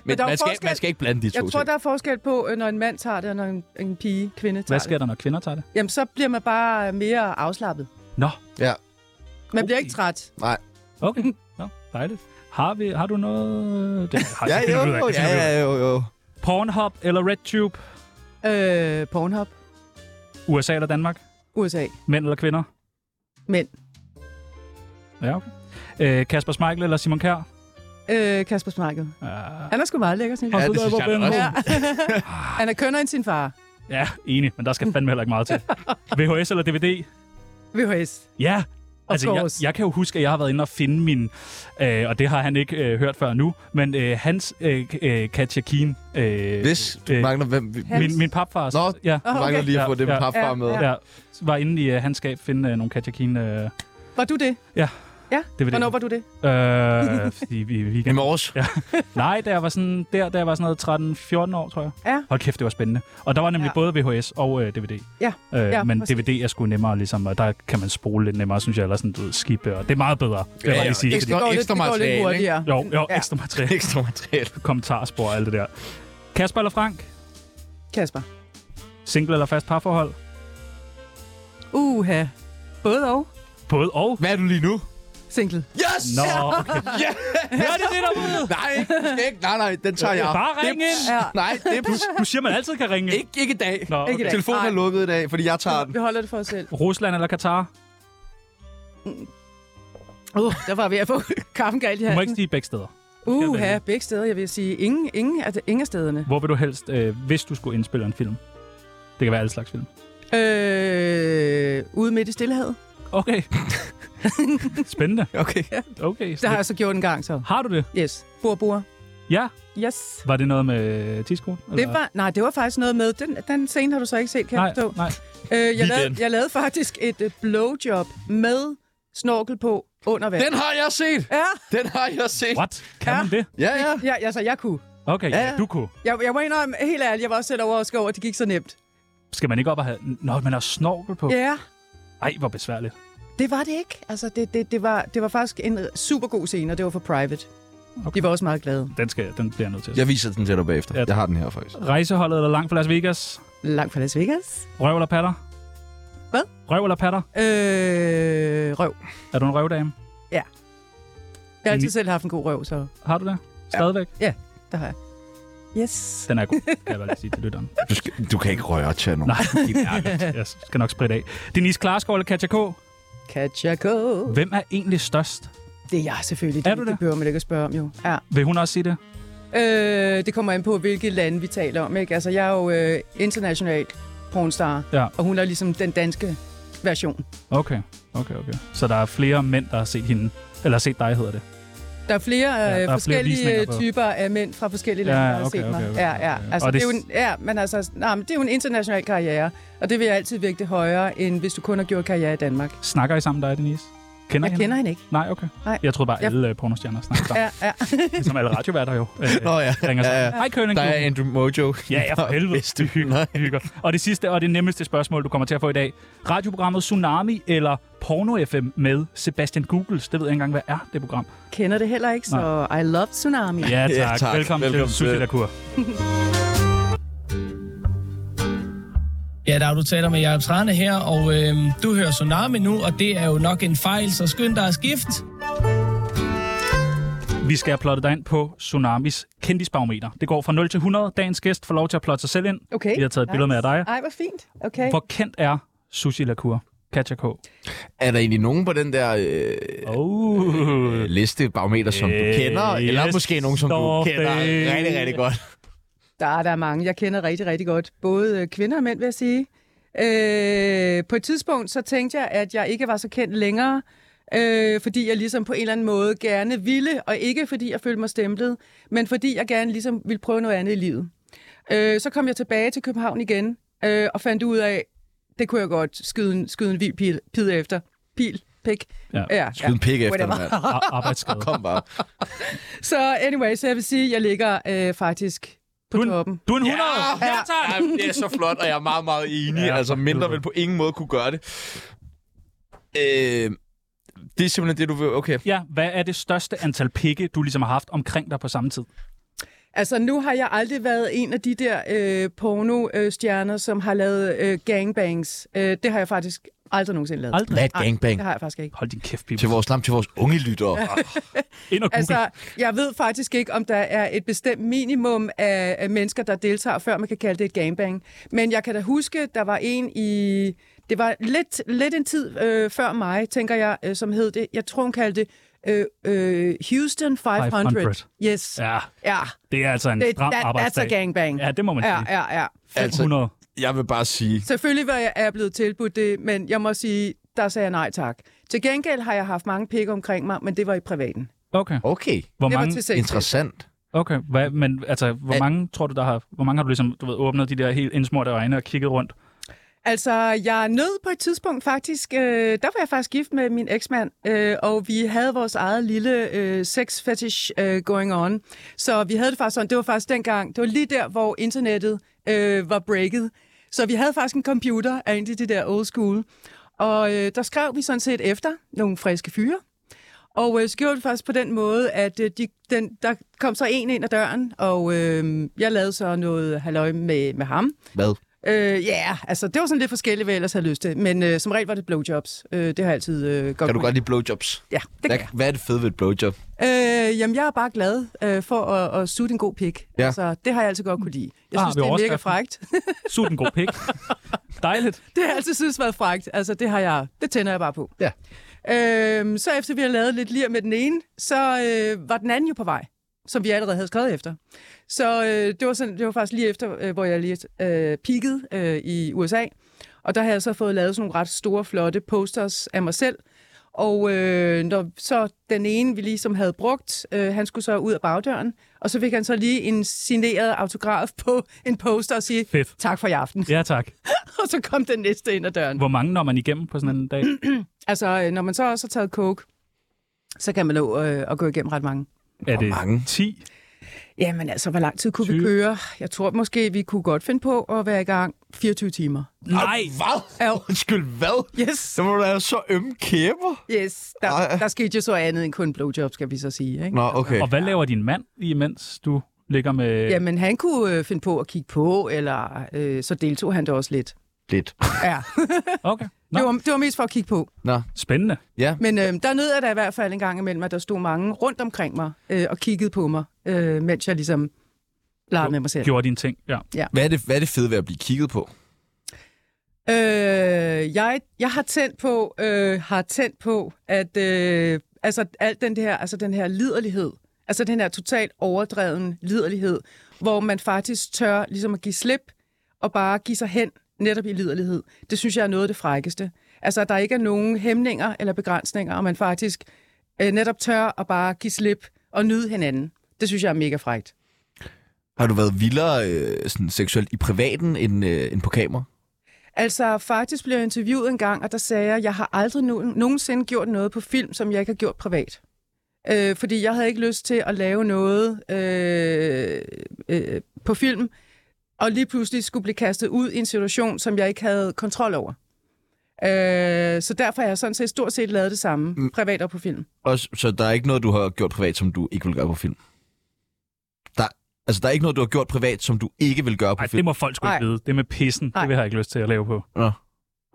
Speaker 1: men
Speaker 3: der er
Speaker 1: man skal,
Speaker 3: forskel.
Speaker 1: man skal ikke blande de to
Speaker 3: Jeg tror,
Speaker 1: ting.
Speaker 3: der er forskel på, øh, når en mand tager det, og når en, en pige, kvinde tager
Speaker 2: Hvad sker der, når kvinder tager det?
Speaker 3: det. Jamen, så bliver man bare øh, mere afslappet.
Speaker 2: Nå,
Speaker 1: Ja,
Speaker 3: Man bliver ikke træt.
Speaker 1: nej.
Speaker 2: okay. Nå, dejligt. Har, vi, har du noget... Det har
Speaker 1: Ja,
Speaker 2: det finder
Speaker 1: jo,
Speaker 2: vi ud af,
Speaker 1: jo,
Speaker 2: det
Speaker 1: ja,
Speaker 2: finder vi ud af.
Speaker 1: ja, jo, jo.
Speaker 2: Pornhub eller RedTube?
Speaker 3: Øh, Pornhub.
Speaker 2: USA eller Danmark?
Speaker 3: USA.
Speaker 2: Mænd eller kvinder?
Speaker 3: Mænd.
Speaker 2: Ja, okay. Øh, Kasper Schmeichel eller Simon Kjær?
Speaker 3: Øh, Kasper Smarket.
Speaker 2: Uh,
Speaker 3: Han er sgu meget lækker, synes jeg.
Speaker 1: det synes jeg da også.
Speaker 3: Ja. Han er kønnere end sin far.
Speaker 2: Ja, enig, men der skal fandme heller ikke meget til. VHS eller DVD?
Speaker 3: VHS.
Speaker 2: Ja, altså jeg,
Speaker 3: course.
Speaker 2: jeg kan jo huske, at jeg har været inde og finde min, øh, og det har han ikke øh, hørt før nu, men øh, hans øh, øh, Katja Keen, øh,
Speaker 1: Hvis du
Speaker 2: øh,
Speaker 1: mangler, hvem... Vi,
Speaker 3: Hans.
Speaker 2: min, min papfars,
Speaker 1: Nå.
Speaker 2: ja,
Speaker 1: du
Speaker 3: Ah,
Speaker 1: mangler
Speaker 3: okay.
Speaker 1: lige at få
Speaker 2: Ja,
Speaker 1: det med
Speaker 2: ja.
Speaker 1: papfar
Speaker 3: Ja,
Speaker 1: med.
Speaker 3: ja.
Speaker 2: ja, var inde i øh, hans skab finde øh, nogle Katja Keen øh,
Speaker 3: Var du det?
Speaker 2: DVD'er.
Speaker 3: Hvornår var du det?
Speaker 2: Øh, i, i
Speaker 1: I
Speaker 2: weekend.
Speaker 1: morges. Ja.
Speaker 2: Nej, da jeg var sådan, der, da jeg var sådan noget 13-14 år, tror jeg.
Speaker 3: Ja.
Speaker 2: Hold kæft, det var spændende. Og der var nemlig
Speaker 3: Ja.
Speaker 2: ja. både VHS og øh, DVD.
Speaker 3: Ja.
Speaker 2: Øh,
Speaker 3: Ja,
Speaker 2: men
Speaker 3: præcis.
Speaker 2: DVD er sgu nemmere, ligesom, og der kan man spole lidt nemmere, synes jeg, eller sådan, du ved, skippe, og det er meget bedre, vil jeg
Speaker 1: Ja,
Speaker 2: bare
Speaker 1: ja.
Speaker 2: lige sige.
Speaker 1: Ekstra-
Speaker 2: fordi-
Speaker 1: Nå,
Speaker 3: lidt,
Speaker 1: ekstra
Speaker 3: det går lidt
Speaker 1: materiale,
Speaker 3: hurtigere.
Speaker 2: Jo, jo,
Speaker 3: Ja.
Speaker 2: ekstra materiale,
Speaker 1: Ekstra materiale.
Speaker 2: kommentarspor og alt det der. Kasper eller Frank?
Speaker 3: Kasper.
Speaker 2: Single eller fast parforhold?
Speaker 3: Uha. Både og.
Speaker 2: Både og.
Speaker 1: Hvad er du lige nu?
Speaker 3: Single.
Speaker 1: Yes!
Speaker 2: Nå, okay.
Speaker 1: Ja!
Speaker 2: Hør det det derude?
Speaker 1: Nej, du skal ikke. Nej, nej, den tager jeg op.
Speaker 2: Bare
Speaker 1: Det-
Speaker 2: ring ind.
Speaker 3: Ja.
Speaker 1: Nej, det er
Speaker 2: Du siger, man altid kan ringe.
Speaker 1: ikke, ikke i dag.
Speaker 2: Nå, okay.
Speaker 3: Ikke i dag.
Speaker 1: Telefonen er
Speaker 3: Nej.
Speaker 1: lukket i dag, fordi jeg tager den.
Speaker 3: Vi holder det for os selv.
Speaker 2: Rusland eller Katar?
Speaker 3: Uh, der var jeg ved at få kaffen galt i
Speaker 2: Du må ikke
Speaker 3: halsen.
Speaker 2: sige begge steder.
Speaker 3: Uha, begge steder. Jeg vil sige, ingen, ingen, altså ingen af stederne.
Speaker 2: Hvor vil du helst, øh, hvis du skulle indspille en film? Det kan være alle slags film.
Speaker 3: Øh, ude midt i stillehavet.
Speaker 2: Okay. Spændende.
Speaker 1: Okay.
Speaker 2: Okay.
Speaker 3: Det har jeg så gjort en gang, så.
Speaker 2: Har du det?
Speaker 3: Yes. Bor, bor.
Speaker 2: Ja.
Speaker 3: Yes.
Speaker 2: Var det noget med øh, tidskolen?
Speaker 3: Det var, nej, det var faktisk noget med... Den, den scene har du så ikke set, kan
Speaker 2: nej,
Speaker 3: jeg forstå.
Speaker 2: nej.
Speaker 3: Øh, jeg,
Speaker 1: Lige
Speaker 3: lavede,
Speaker 1: den.
Speaker 3: jeg lavede faktisk et øh, blowjob med snorkel på under vand.
Speaker 1: Den har jeg set!
Speaker 3: Ja,
Speaker 1: Den har jeg set!
Speaker 2: What? Kan
Speaker 3: Ja.
Speaker 2: man det?
Speaker 1: Ja, ja.
Speaker 3: ja altså, jeg kunne.
Speaker 2: Okay,
Speaker 1: Ja,
Speaker 2: ja,
Speaker 1: ja.
Speaker 2: du kunne.
Speaker 3: Jeg, jeg må indrømme, helt ærligt, jeg var også selv overrasket over, at det gik så nemt.
Speaker 2: Skal man ikke op og have... Nå, man har snorkel på.
Speaker 3: Ja,
Speaker 2: Ej, hvor besværligt.
Speaker 3: det var det ikke. Altså, det, det, det, var, det var faktisk en øh, super god scene, og det var for private. Okay.
Speaker 2: Okay.
Speaker 3: De var også meget glade.
Speaker 2: Den, skal, den bliver jeg nødt til.
Speaker 1: Jeg viser den til dig bagefter.
Speaker 2: Ja.
Speaker 1: Jeg har den her, faktisk.
Speaker 2: Rejseholdet eller langt fra Las Vegas?
Speaker 3: Langt fra Las Vegas.
Speaker 2: Røv eller patter?
Speaker 3: Hvad?
Speaker 2: Røv eller patter?
Speaker 3: Øh, røv.
Speaker 2: Er du en røvdame?
Speaker 3: Jeg har altid
Speaker 2: Enig.
Speaker 3: selv haft en god røv, så
Speaker 2: Har du det? Stadigvæk?
Speaker 3: det har jeg. Yes.
Speaker 2: Den er god, kan jeg bare lige sige til lytteren.
Speaker 1: Du, skal, du kan ikke røre til nogen.
Speaker 2: Nej, det er ærgerligt. Jeg skal nok spritte af. Denise Klarskov eller Katja K?
Speaker 3: Catch a go.
Speaker 2: Hvem er egentlig størst?
Speaker 3: Det er jeg selvfølgelig.
Speaker 2: Er
Speaker 3: det,
Speaker 2: du
Speaker 3: det
Speaker 2: det?
Speaker 3: behøver man ikke at spørge om, jo. Ja.
Speaker 2: Vil hun også sige det?
Speaker 3: Øh, det kommer an på, hvilke lande vi taler om. Ikke? Altså, jeg er jo øh, international pornstar,
Speaker 2: Ja.
Speaker 3: og hun er ligesom den danske version.
Speaker 2: Okay, okay, okay. Så der er flere mænd, der har set hende. Eller set dig, hedder det.
Speaker 3: Der er flere øh,
Speaker 2: der er flere
Speaker 3: forskellige
Speaker 2: visninger
Speaker 3: øh,
Speaker 2: på-
Speaker 3: typer af mænd fra forskellige
Speaker 2: Ja,
Speaker 3: lande, der har
Speaker 2: okay,
Speaker 3: set
Speaker 2: okay,
Speaker 3: mig.
Speaker 2: okay,
Speaker 3: ja, ja.
Speaker 2: okay.
Speaker 3: Altså,
Speaker 2: Og
Speaker 3: det...
Speaker 2: det-
Speaker 3: er jo en, ja, men altså, nej, men det er jo en international karriere, og det vil jeg altid vægte højere, end hvis du kun har gjort karriere i Danmark.
Speaker 2: Snakker I sammen, dig, Denise? Kender I
Speaker 3: Jeg
Speaker 2: hinanden?
Speaker 3: kender hende ikke.
Speaker 2: Nej, okay.
Speaker 3: Nej.
Speaker 2: Jeg troede bare,
Speaker 3: Jeg-
Speaker 2: alle øh, pornostjerner snakker sammen.
Speaker 3: Ja, ja.
Speaker 2: Ligesom alle radioværter jo. Øh,
Speaker 1: Nå ja.
Speaker 2: ringer
Speaker 1: ja,
Speaker 2: sammen.
Speaker 1: ja.
Speaker 2: Hej, Køning.
Speaker 1: Der er Andrew Mojo.
Speaker 2: Ja, ja, for helvede.
Speaker 1: Hvis du
Speaker 2: Vi hygger,
Speaker 1: Nej.
Speaker 2: vi hygger. Og det sidste og det nemmeste spørgsmål, du kommer til at få i dag. Radioprogrammet Tsunami eller Porno FM med Sebastian Googles. Det ved jeg ikke engang, hvad er det program.
Speaker 3: Kender det heller ikke, så I love Tsunami.
Speaker 2: Ja, tak.
Speaker 1: Ja,
Speaker 2: Ja,
Speaker 1: tak.
Speaker 2: tak.
Speaker 1: Velkommen
Speaker 2: Velkommen, Velkommen til Sushi
Speaker 1: til.
Speaker 2: Lakur.
Speaker 6: Ja, der er du taler med Jacob øhm, Trane her, og øh, du hører Tsunami nu, og det er jo nok en fejl, så skynd dig at skifte.
Speaker 2: Vi skal have plottet dig ind på Tsunamis kendisbarometer. Det går fra 0 til 100. Dagens gæst får lov til at plotte sig selv ind.
Speaker 3: Okay.
Speaker 2: Vi har taget et billede med af dig.
Speaker 3: Ej, hvor fint. Okay.
Speaker 2: Hvor kendt er Sushi Lacour? Katja K.
Speaker 1: Er der egentlig nogen på den der øh,
Speaker 2: Oh.
Speaker 1: liste barometer, som du
Speaker 2: Øh,
Speaker 1: kender? Eller
Speaker 2: yes,
Speaker 1: måske nogen, som du
Speaker 2: stop
Speaker 1: kender
Speaker 2: det.
Speaker 1: rigtig, rigtig godt?
Speaker 3: Der er der er mange, jeg kender rigtig, rigtig godt. Både øh, kvinder og mænd, vil jeg sige. Øh, på et tidspunkt, så tænkte jeg, at jeg ikke var så kendt længere, øh, fordi jeg ligesom på en eller anden måde gerne ville, og ikke fordi jeg følte mig stemplet, men fordi jeg gerne ligesom ville prøve noget andet i livet. Øh, så kom jeg tilbage til København igen, øh, og fandt ud af, det kunne jeg godt skyde en, skyde en vild pil, pil efter. Pil, pik.
Speaker 2: Ja,
Speaker 1: Skyd en pik efter dig,
Speaker 3: whatever.
Speaker 1: mand.
Speaker 2: Ar- arbejdsskade.
Speaker 1: Kom bare.
Speaker 3: Så anyway, så jeg vil sige, at jeg ligger øh, faktisk på
Speaker 2: Du er
Speaker 3: toppen.
Speaker 2: en, du er en 100! Ja, ja tak!
Speaker 1: Ah, Ej, det er så flot, og jeg er meget, meget enig.
Speaker 2: Ja,
Speaker 1: Ja, altså,
Speaker 2: for
Speaker 1: mindre
Speaker 2: helvede.
Speaker 1: vil på ingen måde kunne gøre det. Øh, det er simpelthen det, du vil... Okay.
Speaker 2: Ja, hvad er det største antal pikke, du ligesom har haft omkring dig på samme tid?
Speaker 3: Altså, nu har jeg aldrig været en af de der øh, porno-stjerner, som har lavet øh, gangbangs. Øh, det har jeg faktisk aldrig nogensinde lavet.
Speaker 2: Aldrig.
Speaker 1: Hvad er et gangbang?
Speaker 3: Det har jeg faktisk ikke.
Speaker 2: Hold din kæft, people.
Speaker 1: Til vores, lam, til vores unge lyttere.
Speaker 2: Ind og google.
Speaker 3: Altså, jeg ved faktisk ikke, om der er et bestemt minimum af, af mennesker, der deltager, før man kan kalde det et gangbang. Men jeg kan da huske, der var en i... Det var lidt, lidt en tid øh, før mig, tænker jeg, øh, som hed det. Jeg tror, hun kaldte det øh, øh, Houston 500.
Speaker 2: 500.
Speaker 3: Yes. Ja.
Speaker 2: Ja,
Speaker 3: ja.
Speaker 2: det er altså en
Speaker 3: Det,
Speaker 2: stram
Speaker 3: that, that's
Speaker 2: arbejdsdag.
Speaker 3: a gangbang.
Speaker 2: Ja, det må man
Speaker 3: ja,
Speaker 2: sige.
Speaker 3: ja, ja.
Speaker 1: altså,
Speaker 2: 100.
Speaker 1: jeg vil bare sige...
Speaker 3: Selvfølgelig var jeg, er jeg blevet tilbudt det, men jeg må sige, der sagde jeg nej tak. Til gengæld har jeg haft mange pikke omkring mig, men det var i privaten.
Speaker 2: Okay.
Speaker 1: Okay,
Speaker 2: Hvor
Speaker 3: det
Speaker 2: mange,
Speaker 3: var til sex.
Speaker 1: interessant.
Speaker 2: okay. Hvad, men altså, hvor
Speaker 1: Al-
Speaker 2: mange tror du, der har... Hvor mange har du ligesom, du ved, åbnet de der helt indsmurte øjne og kigget rundt?
Speaker 3: Altså, jeg nød på et tidspunkt faktisk, øh, der var jeg faktisk gift med min eksmand, øh, og vi havde vores eget lille øh, sex fetish øh, going on. Så vi havde det faktisk sådan, det var faktisk dengang, det var lige der, hvor internettet øh, var breaket. Så vi havde faktisk en computer af en af de der old school. Og øh, der skrev vi sådan set efter nogle friske fyre. Og øh, så gjorde det faktisk på den måde, at øh, de, den, der kom så en ind ad døren, og øh, jeg lavede så noget halløj med, med ham.
Speaker 1: Hvad?
Speaker 3: Øh, Ja, yeah, altså det var sådan lidt forskelligt, hvad jeg ellers havde lyst til. Men øh, som regel var det blowjobs. Øh, det har jeg altid øh, godt
Speaker 1: Kan du
Speaker 3: kunne
Speaker 1: godt lide blowjobs?
Speaker 3: lide. Ja, det
Speaker 1: Hvad,
Speaker 3: kan jeg.
Speaker 1: hvad er det fede ved et blowjob?
Speaker 3: Øh, jamen, jeg er bare glad øh, for at, at suge en god pik.
Speaker 1: Ja.
Speaker 3: Altså, det har jeg altid godt kunne lide. Jeg
Speaker 2: Ah,
Speaker 3: synes,
Speaker 2: vi
Speaker 3: det er mega
Speaker 2: overskriften.
Speaker 3: frægt.
Speaker 2: Sug den god pik. Dejligt.
Speaker 3: det har jeg altid synes været frægt. Altså, det har jeg, det tænder jeg bare på.
Speaker 1: Ja.
Speaker 3: Øh, så efter vi har lavet lidt lir med den ene, så øh, var den anden jo på vej, som vi allerede havde skrevet efter. Så øh, det, var sådan, det var faktisk lige efter, øh, hvor jeg lige øh, peakede øh, i USA. Og der havde jeg så fået lavet sådan nogle ret store, flotte posters af mig selv. Og øh, når så den ene, vi ligesom havde brugt, øh, han skulle så ud af bagdøren, og så fik han så lige en signeret autograf på en poster og sige,
Speaker 2: Fedt.
Speaker 3: tak for i aften.
Speaker 2: Ja, tak.
Speaker 3: Og så kom den næste ind ad døren.
Speaker 2: Hvor mange når man igennem på sådan en dag?
Speaker 3: Altså, øh, når man så også har taget coke, så kan man nå øh, at gå igennem ret mange.
Speaker 2: Er det
Speaker 1: mange?
Speaker 2: 10?
Speaker 3: Jamen altså, hvor lang tid kunne vi
Speaker 2: Tyve.
Speaker 3: køre? Jeg tror måske, vi kunne godt finde på at være i gang 24 timer.
Speaker 2: Nej!
Speaker 1: Hvad?
Speaker 3: Au.
Speaker 1: Undskyld, hvad?
Speaker 3: Yes,
Speaker 1: Så må du have så ømme kæber.
Speaker 3: yes. Der,
Speaker 1: Ej.
Speaker 3: der skete jo så andet end kun blowjob, skal vi så sige. Ikke?
Speaker 1: Nå, okay.
Speaker 2: Og hvad laver din mand, imens du ligger med...
Speaker 3: Jamen, han kunne øh, finde på at kigge på, eller øh, så deltog han da også lidt.
Speaker 1: Lidt.
Speaker 3: Ja,
Speaker 2: Okay. Nå,
Speaker 3: det var, det var mest for at kigge på.
Speaker 1: Nå,
Speaker 2: spændende.
Speaker 3: Men øh, der nød jeg da i hvert fald en gang imellem, at der stod mange rundt omkring mig øh, og kiggede på mig, øh, mens jeg ligesom legede med mig selv.
Speaker 2: Gjorde dine ting, ja.
Speaker 1: hvad er, det, hvad er det fede ved at blive kigget på?
Speaker 3: Øh, jeg, jeg har tændt på, øh, har tændt på, at øh, altså alt den her, altså den her liderlighed, altså den her totalt overdreven liderlighed, hvor man faktisk tør ligesom at give slip og bare give sig hen netop i liderlighed. Det synes jeg er noget af det frækkeste. Altså at der ikke er nogen hæmninger eller begrænsninger, og man faktisk øh, netop tør at bare give slip og nyde hinanden. Det synes jeg er mega frækt.
Speaker 1: Har du været vildere øh, sådan seksuelt i privaten end, øh, end på kamera?
Speaker 3: Altså, faktisk blev jeg interviewet en gang, og der sagde jeg, at jeg har aldrig no- nogensinde gjort noget på film, som jeg ikke har gjort privat. Øh, fordi jeg havde ikke lyst til at lave noget øh, øh, på film, og lige pludselig skulle blive kastet ud i en situation, som jeg ikke havde kontrol over. Øh, så derfor har jeg sådan set stort set lavet det samme,
Speaker 1: Mm.
Speaker 3: privat og på film.
Speaker 1: Og, s- så der er ikke noget, du har gjort privat, som du ikke vil gøre på film? Der, altså, der er ikke noget, du har gjort privat, som du ikke vil gøre på
Speaker 2: Ej,
Speaker 1: film?
Speaker 2: det må folk sgu
Speaker 3: Ej.
Speaker 2: ikke vide. Det med pissen,
Speaker 3: Ej.
Speaker 2: det vil jeg ikke lyst til at lave på.
Speaker 1: Nå.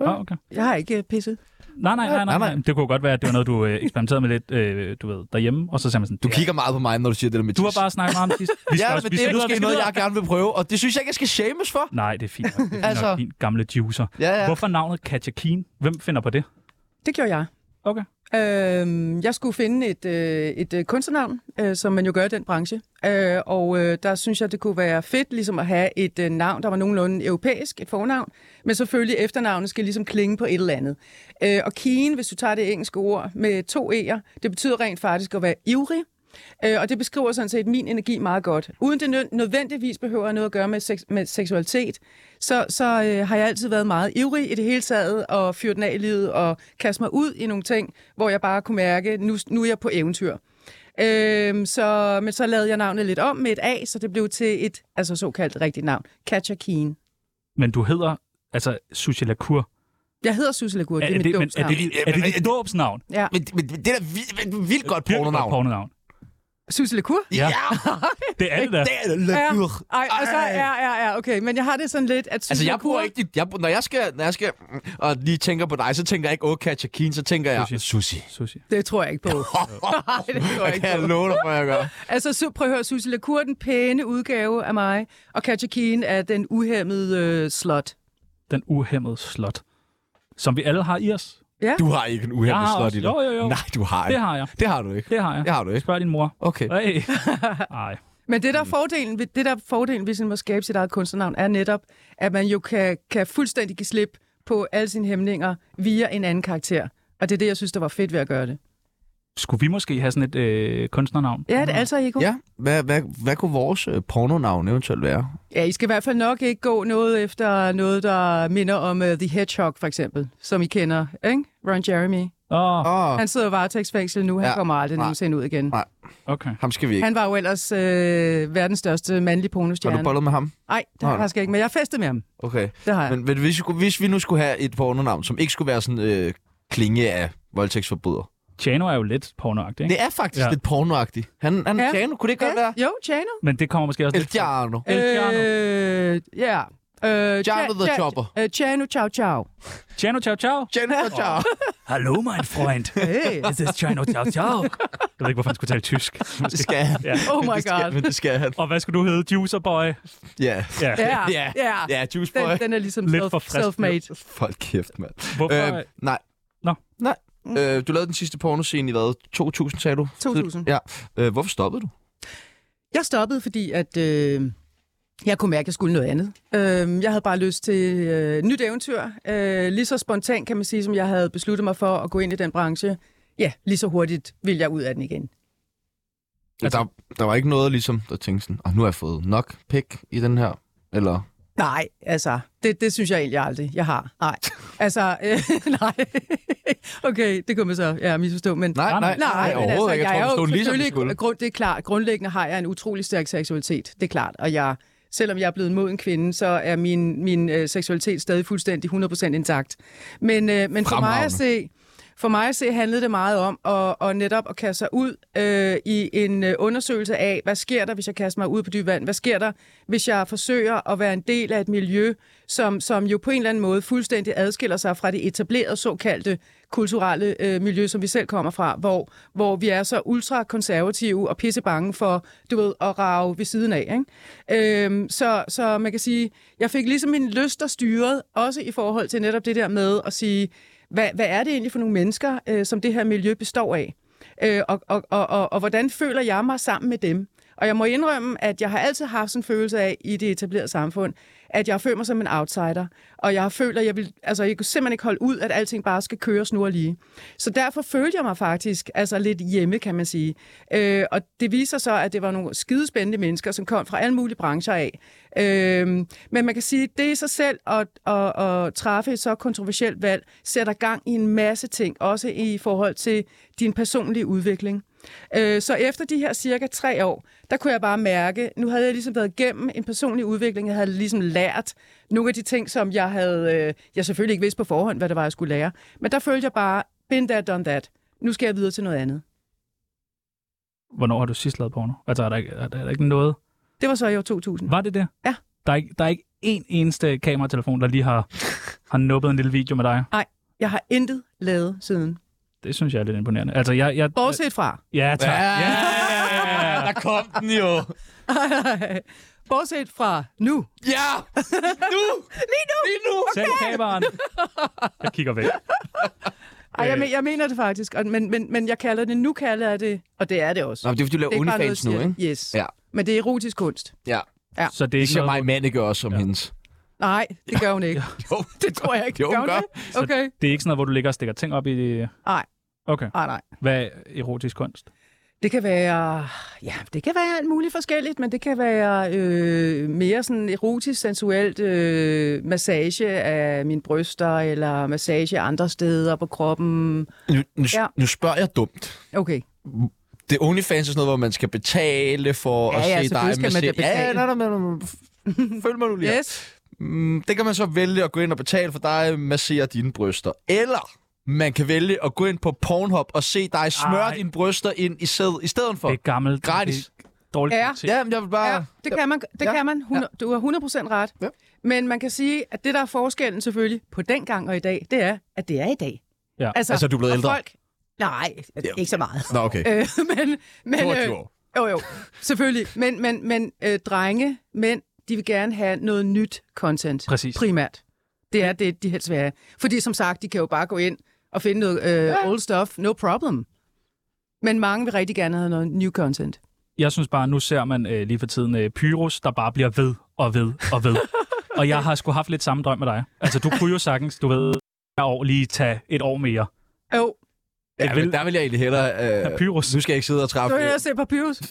Speaker 2: Ah, okay.
Speaker 3: Jeg har ikke øh, pisset.
Speaker 2: Nej, nej, nej, nej,
Speaker 1: nej.
Speaker 2: nej. Det kunne godt være, at det var noget, du øh, eksperimenterede med lidt øh, du ved, derhjemme, og så sagde man sådan,
Speaker 1: Du
Speaker 2: "Det er-
Speaker 1: kigger meget på mig, når du siger det der med
Speaker 2: du har
Speaker 1: tis.
Speaker 2: bare snakket meget om tis. Vi
Speaker 1: Ja,
Speaker 2: også-
Speaker 1: men
Speaker 2: vi
Speaker 1: det er
Speaker 2: videre,
Speaker 1: måske
Speaker 2: vi skal
Speaker 1: noget,
Speaker 2: videre.
Speaker 1: jeg gerne vil prøve, og det synes jeg ikke, jeg skal shames for.
Speaker 2: Nej, det er fint. nok. Det er fint altså...
Speaker 1: Altså-
Speaker 2: nok, fint. Gamle juicer.
Speaker 1: Ja, ja.
Speaker 2: Hvorfor navnet Katja Keen? Hvem finder på det?
Speaker 3: Det gjorde jeg.
Speaker 2: Okay.
Speaker 3: Øhm, jeg skulle finde et, øh, et øh, kunstnernavn, øh, som man jo gør i den branche. Øh, og øh, der synes jeg, det kunne være fedt ligesom at have et øh, navn, der var nogenlunde europæisk, et fornavn. Men selvfølgelig efternavnet skal ligesom klinge på et eller andet. Øh, og keen, hvis du tager det engelske ord med to E'er, det betyder rent faktisk at være ivrig. Øh, og det beskriver sådan set min energi meget godt. Uden det nø- nødvendigvis behøver noget at gøre med, seks- med seksualitet, så, så øh, har jeg altid været meget ivrig i det hele taget, og fyrt den af i livet, og kaste mig ud i nogle ting, hvor jeg bare kunne mærke, nu, nu er jeg på eventyr. Øhm, så, men så lavede jeg navnet lidt om med et A, så det blev til et altså såkaldt rigtigt navn. Katja Keen.
Speaker 2: Men du hedder altså Sushi Lacour.
Speaker 3: Jeg hedder Susie Lagur, det er,
Speaker 2: Er, er,
Speaker 3: mit
Speaker 2: det, men, er, det,
Speaker 3: dåbsnavn.
Speaker 2: dit- er det dit dåbsnavn?
Speaker 3: Ja.
Speaker 1: Men, men det er da vildt, men vildt godt
Speaker 2: Virkelig godt
Speaker 1: pornonavn.
Speaker 2: Pornonavn.
Speaker 3: Susie Lacour?
Speaker 2: Ja. Det er det der.
Speaker 1: Det er da lagur.
Speaker 3: Ej, altså, ja, ja, ja, okay. Men jeg har det sådan lidt, at Susie
Speaker 1: Altså, jeg
Speaker 3: Lacour-
Speaker 1: bruger ikke dit... Jeg, bruger- når jeg skal, når jeg skal mm, og lige tænker på dig, så tænker jeg ikke, okay, Katja Keen, så tænker jeg...
Speaker 2: Sushi.
Speaker 1: Sushi.
Speaker 2: Sushi.
Speaker 3: Det tror jeg ikke på. Nej, det tror jeg
Speaker 1: Jeg
Speaker 3: ikke
Speaker 1: kan
Speaker 3: på.
Speaker 1: jeg love dig, for jeg gør.
Speaker 3: Altså, så prøv at høre, Susie Lacour er den pæne udgave af mig, og Katja Keen er den uhemmede øh, slot.
Speaker 2: Den uhemmede slot. Som vi alle har i os.
Speaker 1: Du har ikke en
Speaker 2: Jeg
Speaker 1: uhemmelig
Speaker 2: har
Speaker 1: slot
Speaker 2: også-
Speaker 1: i dig.
Speaker 2: Jo, jo, jo.
Speaker 1: Nej, du har ikke.
Speaker 2: Det har jeg.
Speaker 1: Det har du ikke.
Speaker 2: Det har jeg.
Speaker 1: Det har du ikke.
Speaker 2: Spørg din mor.
Speaker 1: Okay.
Speaker 2: Hey. Ej.
Speaker 3: Men det der er
Speaker 1: Mm.
Speaker 3: fordelen ved, det der er fordelen ved sådan at skabe sit eget kunstnernavn, er netop, at man jo kan, kan fuldstændig give slip på alle sine hæmninger via en anden karakter. Og det er det, jeg synes, der var fedt ved at gøre det.
Speaker 2: Skulle vi måske have sådan et øh, kunstnernavn?
Speaker 3: Ja, det er altså ikke.
Speaker 1: Mm. Ja, hvad, hvad, hvad kunne vores øh, pornonavn eventuelt være?
Speaker 3: ja, I skal i hvert fald nok ikke gå noget efter noget, der minder om uh, The Hedgehog, for eksempel, som I kender, ikke? Ron Jeremy.
Speaker 2: Åh,
Speaker 1: Åh,
Speaker 2: oh,
Speaker 1: oh,
Speaker 3: Han sidder i varetægtsfængsel nu, han
Speaker 1: Ja.
Speaker 3: ja. kommer aldrig
Speaker 1: Nej.
Speaker 3: nogensinde ud igen.
Speaker 1: Nej.
Speaker 2: okay.
Speaker 1: ham skal vi ikke.
Speaker 3: Han var jo ellers øh, verdens største mandlige
Speaker 1: Har
Speaker 3: pornostjerne.
Speaker 1: du bollet med ham?
Speaker 3: Nej, det har
Speaker 1: Nå,
Speaker 3: jeg
Speaker 1: nå.
Speaker 3: faktisk ikke, men jeg har festet med ham.
Speaker 1: Okay.
Speaker 3: Det har jeg.
Speaker 1: Men, men hvis, vi skulle- hvis vi nu skulle have et pornonavn, som ikke skulle være sådan øh, klinge af voldtægtsforbryder.
Speaker 2: Chano er jo lidt pornoagtig, ikke?
Speaker 1: Det er faktisk
Speaker 2: Ja.
Speaker 1: lidt pornoagtigt. Han, han ja.
Speaker 3: Ja.
Speaker 1: Tjano, kunne det ikke godt
Speaker 3: ja,
Speaker 1: være?
Speaker 3: jo, Chano.
Speaker 2: Men det kommer måske også
Speaker 1: El
Speaker 2: lidt...
Speaker 1: Tjano.
Speaker 2: El Chano.
Speaker 3: Øh, ja. Øh,
Speaker 1: Chano the Chopper.
Speaker 3: Øh, Chano, ciao, ciao.
Speaker 2: Chano, ciao, ciao.
Speaker 1: Tjano og Tjano.
Speaker 2: Hallo, mein Freund.
Speaker 3: Hey.
Speaker 2: This is Chano, ciao, ciao. Jeg ved ikke, hvorfor han skulle tale tysk.
Speaker 1: Det skal han.
Speaker 2: Ja.
Speaker 3: Oh
Speaker 1: Men
Speaker 3: my
Speaker 1: det skal-
Speaker 3: god.
Speaker 1: Men det skal han.
Speaker 2: Og hvad skulle du hedde? Juicer Boy?
Speaker 1: Ja.
Speaker 2: Ja.
Speaker 3: Ja,
Speaker 1: Ja.
Speaker 3: ja.
Speaker 1: Ja, Juice Boy.
Speaker 3: Ah, Den, den er ligesom
Speaker 2: Lidt
Speaker 3: self,
Speaker 2: for frisk.
Speaker 3: self-made.
Speaker 1: Folk kæft, mand.
Speaker 2: Hvorfor?
Speaker 1: Øh, nej.
Speaker 2: Nå.
Speaker 1: Nej. Øh, du lavede den sidste pornoscene i hvad? 2000, sagde du?
Speaker 3: 2000.
Speaker 1: Ja. Øh, hvorfor stoppede du?
Speaker 3: Jeg stoppede, fordi at, øh, jeg kunne mærke, at jeg skulle noget andet. Øh, jeg havde bare lyst til øh, nyt eventyr. Øh, lige så spontant, kan man sige, som jeg havde besluttet mig for at gå ind i den branche. Ja, lige så hurtigt ville jeg ud af den igen.
Speaker 1: Altså, der, der var ikke noget, ligesom, der tænkte sådan, oh, nu har jeg fået nok pik i den her, eller...
Speaker 3: Nej, altså, det, det synes jeg egentlig aldrig, jeg har. Nej, altså, øh, nej. Okay, det kunne man så ja, misforstå, men...
Speaker 1: Nej, nej,
Speaker 3: Nej, men altså,
Speaker 1: overhovedet ikke. Jeg,
Speaker 3: jeg
Speaker 1: tror, vi
Speaker 3: er jo
Speaker 1: stod ligesom, vi skulle.
Speaker 3: selvfølgelig, grund, det er klart, grundlæggende har jeg en utrolig stærk seksualitet, det er klart, og jeg, selvom jeg er blevet en moden kvinde, så er min, min øh, seksualitet stadig fuldstændig 100% intakt. Men, øh, men for mig at se, for mig at se handlede det meget om at, at netop at kaste sig ud øh, i en øh, undersøgelse af, hvad sker der, hvis jeg kaster mig ud på dyb vand? Hvad sker der, hvis jeg forsøger at være en del af et miljø, som, som jo på en eller anden måde fuldstændig adskiller sig fra det etablerede såkaldte kulturelle øh, miljø, som vi selv kommer fra, hvor, hvor vi er så ultrakonservative og pisse bange for, du ved, at rave ved siden af. Ikke? Øhm, så, så man kan sige, jeg fik ligesom en lyst, der styrede, også i forhold til netop det der med at sige, hvad, hvad er det egentlig for nogle mennesker, øh, som det her miljø består af? Øh, og, og, og, og, og hvordan føler jeg mig sammen med dem? Og jeg må indrømme, at jeg har altid haft sådan en følelse af i det etablerede samfund, at jeg føler mig som en outsider. Og jeg føler, at jeg, vil, altså, jeg kunne simpelthen ikke holde ud, at alting bare skal køre snor lige. Så derfor følte jeg mig faktisk altså, lidt hjemme, kan man sige. Øh, og det viser så, at det var nogle skidespændende mennesker, som kom fra alle mulige brancher af. Øh, men man kan sige, at det i sig selv at, at, at træffe et så kontroversielt valg, sætter gang i en masse ting, også i forhold til din personlige udvikling. Øh, Så efter de her cirka tre år, der kunne jeg bare mærke, nu havde jeg ligesom været igennem en personlig udvikling, jeg havde ligesom lært nogle af de ting, som jeg havde, øh, jeg selvfølgelig ikke vidste på forhånd, hvad det var, jeg skulle lære. Men der følte jeg bare, been there, done that. Nu skal jeg videre til noget andet.
Speaker 2: Hvornår har du sidst lavet porno? Altså, er der ikke, er der, er der ikke noget?
Speaker 3: Det var så i år 2000.
Speaker 2: Var det det?
Speaker 3: Ja.
Speaker 2: Der er, ikke, der er ikke en eneste kameratelefon, der lige har, har nuppet en lille video med dig.
Speaker 3: Jeg har intet lavet siden.
Speaker 2: Det synes jeg er lidt imponerende. Altså, jeg... jeg
Speaker 3: Bortset fra.
Speaker 2: ja, tak. Ja.
Speaker 1: ja, ja, ja. Der kom den jo.
Speaker 3: Bortset fra nu.
Speaker 1: Ja! Nu! Lige nu! Lige nu!
Speaker 2: Selv kameraen. Jeg kigger væk.
Speaker 3: Ej,
Speaker 1: Øh.
Speaker 3: jeg, men, jeg mener det faktisk, og, men, men, men jeg kalder det, nu kalder jeg det, og det er det også.
Speaker 1: Nå, men det er fordi, du
Speaker 3: det
Speaker 1: laver
Speaker 3: er ikke
Speaker 1: OnlyFans
Speaker 3: bare noget,
Speaker 1: nu,
Speaker 3: jeg siger.
Speaker 1: ikke?
Speaker 3: Yes.
Speaker 1: Ja.
Speaker 3: Men det er erotisk kunst.
Speaker 1: Ja.
Speaker 2: Så det er
Speaker 1: Det
Speaker 2: ikke
Speaker 1: siger mig,
Speaker 2: noget,
Speaker 1: Manne også som ja. hendes.
Speaker 3: Nej, det gør hun ikke.
Speaker 1: Jo,
Speaker 3: Det tror jeg ikke.
Speaker 1: Jo, hun
Speaker 3: hun
Speaker 1: gør.
Speaker 3: det? Okay.
Speaker 2: det er ikke sådan noget, hvor du ligger og stikker ting op i...
Speaker 3: Nej.
Speaker 2: Okay.
Speaker 3: Ej, nej.
Speaker 2: Hvad er erotisk kunst?
Speaker 3: Det kan være, ja, det kan være alt muligt forskelligt, men det kan være øh, mere sådan erotisk, sensuelt øh, massage af mine bryster, eller massage andre steder på kroppen.
Speaker 1: Nu, nu,
Speaker 3: Ja.
Speaker 1: nu spørger jeg dumt.
Speaker 3: Okay.
Speaker 1: Det er OnlyFans er sådan noget, hvor man skal betale for
Speaker 3: Ja,
Speaker 1: at
Speaker 3: ja,
Speaker 1: se dig.
Speaker 3: selvfølgelig skal man da
Speaker 1: se- Ja,
Speaker 3: betale.
Speaker 1: nej, nej, nej, nej. Følg mig nu lige. her.
Speaker 3: Yes.
Speaker 1: Mm, det kan man så vælge at gå ind og betale for dig, massere dine bryster. Eller man kan vælge at gå ind på Pornhub og se dig smøre
Speaker 2: Ej.
Speaker 1: dine bryster ind i sæd i stedet for.
Speaker 2: Det er gammelt.
Speaker 1: Gratis.
Speaker 2: Det er dårligt.
Speaker 3: Ja.
Speaker 2: kvalitet.
Speaker 1: Ja, men jeg vil bare...
Speaker 3: Ja, det kan man. Det
Speaker 1: Ja.
Speaker 3: ja. kan man. 100, Du har 100% ret.
Speaker 1: Ja.
Speaker 3: Men man kan sige, at det, der er forskellen selvfølgelig på dengang og i dag, det er, at det er i dag.
Speaker 2: Ja.
Speaker 1: Altså, du er blevet
Speaker 3: og
Speaker 1: ældre.
Speaker 3: Folk, nej, ikke så meget.
Speaker 1: Nå, okay.
Speaker 3: Øh, men, men,
Speaker 1: 22
Speaker 3: øh,
Speaker 1: år.
Speaker 3: jo, jo, selvfølgelig. Men, men, men øh, drenge, mænd, de vil gerne have noget nyt content.
Speaker 2: Præcis.
Speaker 3: Primært. Det er det, de helst vil have. Fordi som sagt, de kan jo bare gå ind og finde noget øh, ja. old stuff. No problem. Men mange vil rigtig gerne have noget new content.
Speaker 2: Jeg synes bare, nu ser man øh, lige for tiden øh, Pyrus, der bare bliver ved og ved og ved. og jeg har sgu haft lidt samme drøm med dig. Altså, du kunne jo sagtens, du ved, hver år lige tage et år mere.
Speaker 3: Jo,
Speaker 1: Ja,
Speaker 2: vil-
Speaker 1: men der vil jeg egentlig hellere... Øh,
Speaker 2: Papyrus.
Speaker 1: Nu skal jeg ikke sidde og
Speaker 3: du
Speaker 1: træffe...
Speaker 3: er jeg se Papyrus.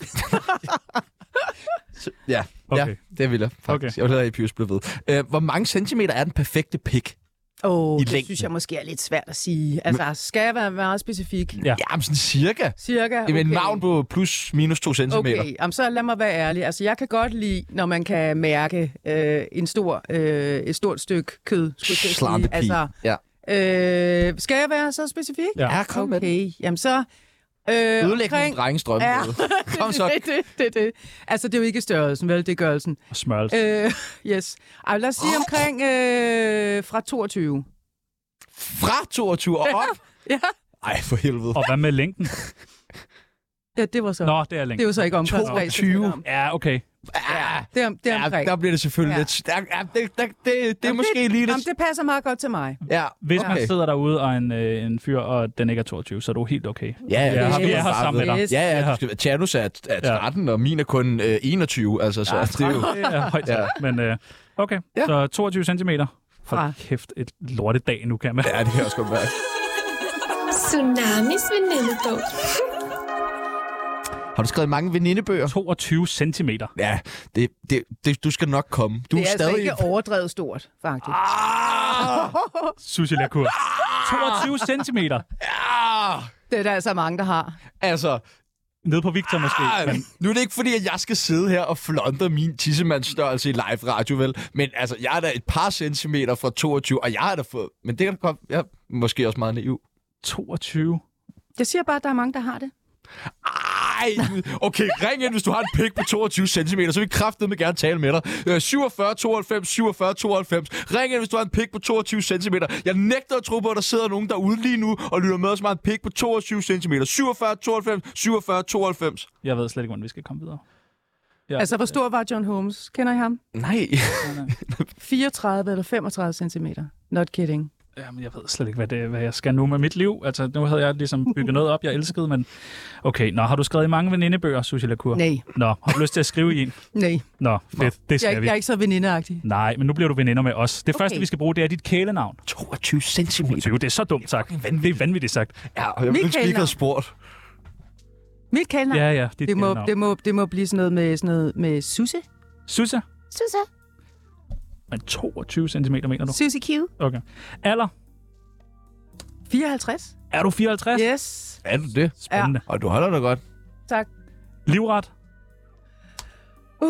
Speaker 1: Ja, okay.
Speaker 2: Okay.
Speaker 1: ja, det vil jeg faktisk. Okay.
Speaker 2: Okay.
Speaker 1: Jeg vil hellere, at Papyrus blev ved. Øh, hvor mange centimeter er den perfekte pik?
Speaker 3: Åh, oh, det
Speaker 1: længden.
Speaker 3: synes jeg måske er lidt svært at sige. Altså, skal jeg være meget specifik?
Speaker 2: Ja.
Speaker 1: Jamen, sådan cirka.
Speaker 3: Cirka, okay.
Speaker 1: Okay. Jamen, navn på plus minus 2 cm.
Speaker 3: Okay, jamen, så lad mig være ærlig. Altså, jeg kan godt lide, når man kan mærke øh, en stor, øh, et stort stykke kød. skulle jeg til at sige.
Speaker 1: Slampepi.
Speaker 3: Altså,
Speaker 1: Ja.
Speaker 3: øh, skal jeg være så specifik?
Speaker 2: Ja.
Speaker 1: Ja, kom med den.
Speaker 3: Okay, jamen så... Øh,
Speaker 1: Ødelæg nogle drenges drømme.
Speaker 3: Ja.
Speaker 1: kom så.
Speaker 3: det, det, det, det. Altså, det er jo ikke størrelsen, vel? Det er gørelsen.
Speaker 2: Og smørelse.
Speaker 3: Øh, yes. Ej, lad os sige omkring øh, fra 22.
Speaker 1: Fra 22 og op.
Speaker 3: Ja.
Speaker 1: Ej, for helvede.
Speaker 2: Og hvad med længden?
Speaker 3: Ja, det var så.
Speaker 2: Nå, det er
Speaker 3: Det er
Speaker 2: længden.
Speaker 3: jo så ikke omkring.
Speaker 1: 22.
Speaker 2: Ja, okay.
Speaker 1: Ja,
Speaker 3: Det er, det er
Speaker 1: ja,
Speaker 3: omkring.
Speaker 1: der bliver det selvfølgelig ja.
Speaker 3: Ja.
Speaker 1: lidt... Der, ja, det, der, det, det er
Speaker 3: Jamen,
Speaker 1: måske det, lige
Speaker 3: Jamen,
Speaker 1: lidt...
Speaker 3: det passer meget godt til mig.
Speaker 1: Ja,
Speaker 2: Hvis okay.
Speaker 1: okay.
Speaker 2: man sidder derude og er en, øh, en fyr, og den ikke er 22, så er du helt okay.
Speaker 1: Ja, ja,
Speaker 2: Ja,
Speaker 1: det skal
Speaker 2: vi
Speaker 1: man
Speaker 2: er her
Speaker 1: bare
Speaker 2: sammen
Speaker 1: vide.
Speaker 2: med dig.
Speaker 3: Yes.
Speaker 1: Ja, ja,
Speaker 2: Ja.
Speaker 1: du skal, Tjanus er, er
Speaker 2: Ja.
Speaker 1: 13, og min er kun øh, 21, altså, så det er jo...
Speaker 2: Det er højt
Speaker 1: Ja.
Speaker 2: ja. Men øh, okay,
Speaker 1: Ja.
Speaker 2: ja. så 22 cm.
Speaker 3: Fra.
Speaker 2: For kæft, et lortedag nu, kan man.
Speaker 1: Ja, det kan jeg også godt være.
Speaker 6: Tsunamis venindebog.
Speaker 1: Har du skrevet mange venindebøger?
Speaker 2: 22 cm.
Speaker 1: Ja, det, det, det, du skal nok komme. Du
Speaker 3: Det
Speaker 1: er,
Speaker 3: er altså
Speaker 1: stadig...
Speaker 3: ikke overdrevet stort, faktisk.
Speaker 1: Ah!
Speaker 2: Sushi Lacour. 22 cm.
Speaker 1: Ah!
Speaker 3: Det er der altså mange, der har.
Speaker 1: Altså,
Speaker 2: Nede på Victor måske.
Speaker 1: Ej,
Speaker 2: Men
Speaker 1: nu er det ikke fordi, at jeg skal sidde her og flonte min tissemandsstørrelse i live radio, vel? Men altså, jeg er da et par centimeter fra 22, og jeg har da fået... Men det kan da komme... Jeg er måske også meget naiv.
Speaker 2: 22.
Speaker 3: Jeg siger bare, at der er mange, der har det.
Speaker 1: Ej, okay, ring ind, hvis du har en pik på 22 cm, så vil vi kraftedeme gerne tale med dig. Øh, 47 92 47 92. Ring ind, hvis du har en pik på 22 cm. Jeg nægter at tro på, at der sidder nogen derude lige nu og lytter med, som har en pik på 22 cm. 47 92 47 92.
Speaker 2: Jeg ved slet ikke, hvordan vi skal komme videre. Ja.
Speaker 3: Altså, hvor stor var John Holmes? Kender I ham?
Speaker 1: Nej.
Speaker 3: 34 eller 35 centimeter. Not kidding.
Speaker 2: Jamen, jeg ved slet ikke, hvad, det, hvad jeg skal nu med mit liv. Altså, nu havde jeg ligesom bygget noget op, jeg elskede, men... Okay, nå, har du skrevet i mange venindebøger, Sushi Lacour?
Speaker 3: Nej,
Speaker 2: Nå, har du lyst til at skrive i en?
Speaker 3: nej.
Speaker 2: Nå, fedt. Det
Speaker 3: Jeg,
Speaker 2: skal
Speaker 3: er-
Speaker 2: vi.
Speaker 3: jeg er ikke så venindeagtig.
Speaker 2: Nej, men nu bliver du veninder med os. Det
Speaker 3: Okay.
Speaker 2: første, vi skal bruge, det er dit kælenavn.
Speaker 1: 22 cm.
Speaker 2: 22, det er så dumt sagt. Det er vanvittigt sagt.
Speaker 1: Ja, og jeg
Speaker 3: Mit
Speaker 1: ville ønske, vi ikke
Speaker 3: kælenavn.
Speaker 1: havde spurgt.
Speaker 3: Mit kaldnavn.
Speaker 2: Ja, ja, dit
Speaker 3: Det må,
Speaker 2: kælenavn.
Speaker 3: det, må, det må blive sådan noget med, sådan noget med Susse.
Speaker 2: Susse?
Speaker 6: Susa.
Speaker 2: Men 22 cm mener du?
Speaker 3: Susie Q.
Speaker 2: Okay. Alder?
Speaker 3: 54.
Speaker 2: Er du 54?
Speaker 3: Yes.
Speaker 1: Er du det?
Speaker 2: Spændende.
Speaker 1: Og du holder dig godt.
Speaker 3: Tak.
Speaker 2: Livret?
Speaker 3: Uh,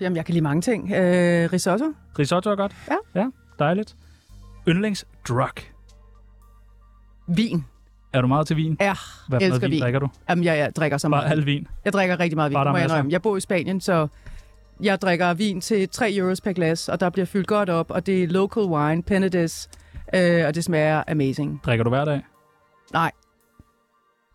Speaker 3: jamen, jeg kan lide mange ting. Øh, risotto.
Speaker 2: Risotto er godt?
Speaker 3: Ja.
Speaker 2: Ja, dejligt. Yndlingsdrug?
Speaker 3: Vin.
Speaker 2: Er du meget til vin?
Speaker 3: Ja,
Speaker 2: Hvad for noget
Speaker 3: elsker
Speaker 2: vin,
Speaker 3: vin.
Speaker 2: drikker du?
Speaker 3: Jamen, jeg, jeg drikker så
Speaker 2: Bare
Speaker 3: meget.
Speaker 2: al vin.
Speaker 3: Jeg drikker rigtig meget vin,
Speaker 2: Var der
Speaker 3: må jeg
Speaker 2: masser?
Speaker 3: indrømme. Jeg bor i Spanien, så jeg drikker vin til 3 euros per glas, og der bliver fyldt godt op, og det er local wine, Penedès, øh, og det smager amazing.
Speaker 2: Drikker du hver dag?
Speaker 3: Nej,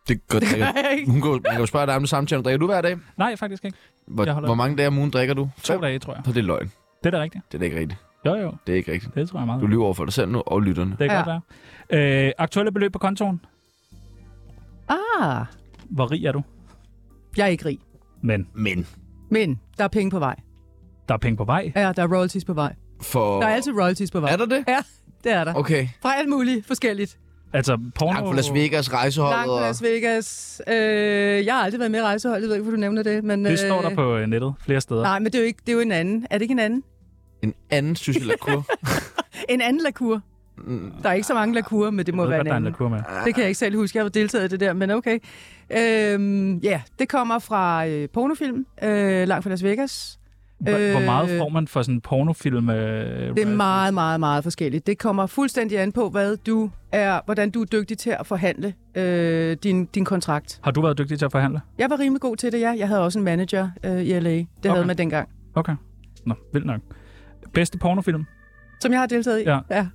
Speaker 1: Det gør,
Speaker 3: det gør jeg ikke.
Speaker 1: Hun kan, jo- man kan jo spørge dig om det samme, Tjerno. Drikker du hver dag?
Speaker 2: Nej, faktisk ikke.
Speaker 1: Hvor,
Speaker 2: Jeg holder
Speaker 1: hvor mange dage om ugen drikker du?
Speaker 2: To dage, tror jeg.
Speaker 1: Så det er løgn.
Speaker 2: Det er da rigtigt.
Speaker 1: Det er da ikke rigtigt.
Speaker 2: Jo, jo.
Speaker 1: Det er ikke rigtigt.
Speaker 2: Det tror jeg meget.
Speaker 1: Du lyver over for dig selv nu og lytterne.
Speaker 2: Det kan
Speaker 3: Ja.
Speaker 2: ja. godt være. Øh, aktuelle beløb på kontoen.
Speaker 3: Ah,
Speaker 2: Hvor rig er du?
Speaker 3: jeg er ikke rig.
Speaker 2: Men
Speaker 1: Men
Speaker 3: Men der er penge på vej.
Speaker 2: der er penge på vej.
Speaker 3: Ja, der er royalties på vej.
Speaker 1: for...
Speaker 3: Der er altid royalties på vej.
Speaker 1: er der det?
Speaker 3: Ja, det er der.
Speaker 1: Okay.
Speaker 3: Fra alt muligt forskelligt.
Speaker 2: Altså, porno...
Speaker 1: Langt fra Las Vegas,
Speaker 3: Langt
Speaker 1: rejseholdet
Speaker 3: fra
Speaker 1: og...
Speaker 3: Las Vegas. Øh, jeg har aldrig været med i rejseholdet, jeg ved ikke, hvor du nævner det. Men,
Speaker 2: Det står der på øh, nettet flere steder.
Speaker 3: Nej, men det er jo, ikke, det er jo en anden. Er det ikke en anden?
Speaker 1: En anden Susie Lacour.
Speaker 3: En anden lakur.
Speaker 1: Mm.
Speaker 3: Der er ikke så mange lakurer, men det må
Speaker 2: jeg ved
Speaker 3: være Øh.
Speaker 2: godt,
Speaker 3: en
Speaker 2: der er en
Speaker 3: anden.
Speaker 2: lakur med.
Speaker 3: Det kan jeg ikke selv huske, jeg har deltaget i det der, men okay. Øhm, ja, det kommer fra øh, pornofilm, øh, langt fra Las Vegas.
Speaker 2: Hvor- Hvor meget
Speaker 3: Øh,
Speaker 2: får man for sådan en pornofilm? Øh,
Speaker 3: Det er meget, meget, meget forskelligt. Det kommer fuldstændig an på, hvad du er, hvordan du er dygtig til at forhandle øh, din, din kontrakt.
Speaker 2: Har du været dygtig til at forhandle?
Speaker 3: Jeg var rimelig god til det, ja. Jeg havde også en manager øh, i LA. Det okay. havde man dengang.
Speaker 2: Okay. Nå, vildt nok. Bedste pornofilm?
Speaker 3: Som jeg har deltaget i.
Speaker 2: Ja.
Speaker 3: ja.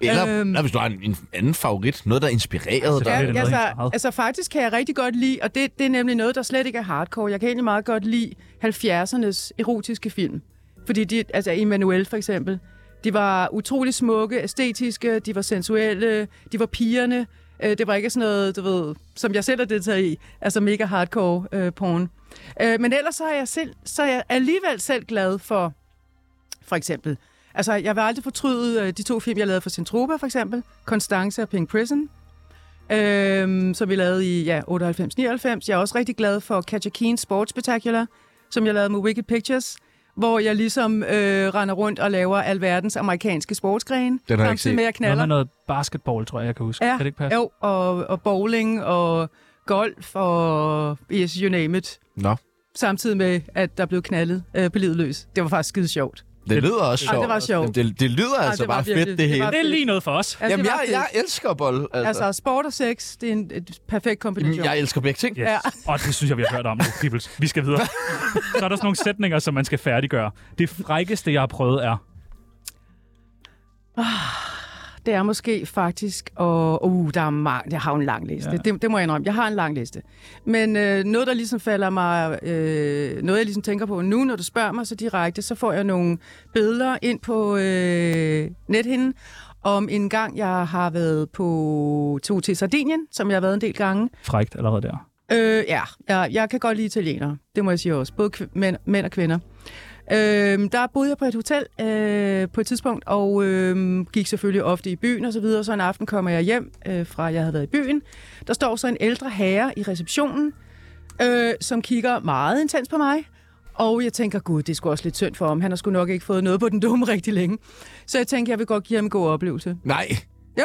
Speaker 1: Eller,
Speaker 3: Øhm.
Speaker 1: øhm. hvis du har en, en anden favorit. Noget, der er inspireret
Speaker 2: Altså,
Speaker 1: dig.
Speaker 2: det er
Speaker 3: Ja,
Speaker 2: noget
Speaker 3: altså,
Speaker 2: helt eget.
Speaker 3: altså faktisk kan jeg rigtig godt lide, og det, det er nemlig noget, der slet ikke er hardcore. Jeg kan egentlig meget godt lide 70'ernes erotiske film. Fordi de, altså Emmanuel for eksempel, de var utrolig smukke, æstetiske, de var sensuelle, de var pigerne. Øh, Det var ikke sådan noget, du ved, som jeg selv har deltaget i, altså mega hardcore øh, porn. Øh, men ellers så er, jeg selv, så er jeg alligevel selv glad for, for eksempel, altså jeg vil aldrig fortryde øh, de to film, jeg lavede for Centropa for eksempel, Constance og Pink Prison, øhm, som vi lavede i ja, 98-99. Jeg er også rigtig glad for Katja Keens Sports Spectacular, som jeg lavede med Wicked Pictures, hvor jeg ligesom øh, render rundt og laver alverdens amerikanske sportsgrene,
Speaker 1: Den har jeg ikke set.
Speaker 3: samtidig med at
Speaker 2: Noget
Speaker 3: knaller.
Speaker 2: med noget basketball, tror jeg, jeg kan huske.
Speaker 3: Ja,
Speaker 2: Kan det ikke passe?
Speaker 3: Jo, og, og bowling og golf og yes, you name it.
Speaker 1: Nå.
Speaker 3: Samtidig med, at der blev knaldet øh, på livet løs. Det var faktisk skide sjovt.
Speaker 1: Det lyder også
Speaker 3: Ej, det
Speaker 1: sjovt.
Speaker 3: var sjovt.
Speaker 1: Det, det lyder
Speaker 3: Ej,
Speaker 1: altså
Speaker 3: det var
Speaker 1: bare
Speaker 3: virkelig-
Speaker 1: fedt,
Speaker 3: det
Speaker 1: det
Speaker 3: var-
Speaker 1: hele.
Speaker 2: Det er lige noget for os.
Speaker 3: Altså,
Speaker 1: Jamen,
Speaker 3: det var
Speaker 1: jeg,
Speaker 3: fedt.
Speaker 1: jeg elsker bold. Altså.
Speaker 3: Altså, sport og sex, det er en et perfekt
Speaker 1: Jamen,
Speaker 3: kombination.
Speaker 1: jeg elsker begge ting.
Speaker 2: Yes.
Speaker 3: Ja.
Speaker 2: Ja. Og det synes jeg, vi har hørt om nu, Pibbles. Vi skal videre. Så er der sådan nogle sætninger, som man skal færdiggøre. Det frækkeste, jeg har prøvet, er...
Speaker 3: Det er måske faktisk, og uh, der er mange, jeg har jo en lang liste, ja. det, det må jeg indrømme, jeg har en lang liste. Men øh, noget, der ligesom falder mig, øh, noget jeg ligesom tænker på nu, når du spørger mig så direkte, så får jeg nogle billeder ind på øh, nethinden, om en gang jeg har været på tog til Sardinien, som jeg har været en del gange.
Speaker 2: Frækt allerede der.
Speaker 3: Øh, ja, jeg, jeg kan godt lide italienere. Det må jeg sige også. Både kv- mænd, mænd og kvinder. Øh, der boede jeg på et hotel øh, på et tidspunkt, og øh, gik selvfølgelig ofte i byen og Så, videre. så en aften kommer jeg hjem øh, fra, at jeg havde været i byen. Der står så en ældre herre i receptionen, øh, som kigger meget intens på mig. Og jeg tænker, gud, det er sgu også lidt synd for ham. Han har sgu nok ikke fået noget på den dumme rigtig længe. Så jeg tænker, jeg vil godt give ham en god oplevelse.
Speaker 1: Nej,
Speaker 3: Jo,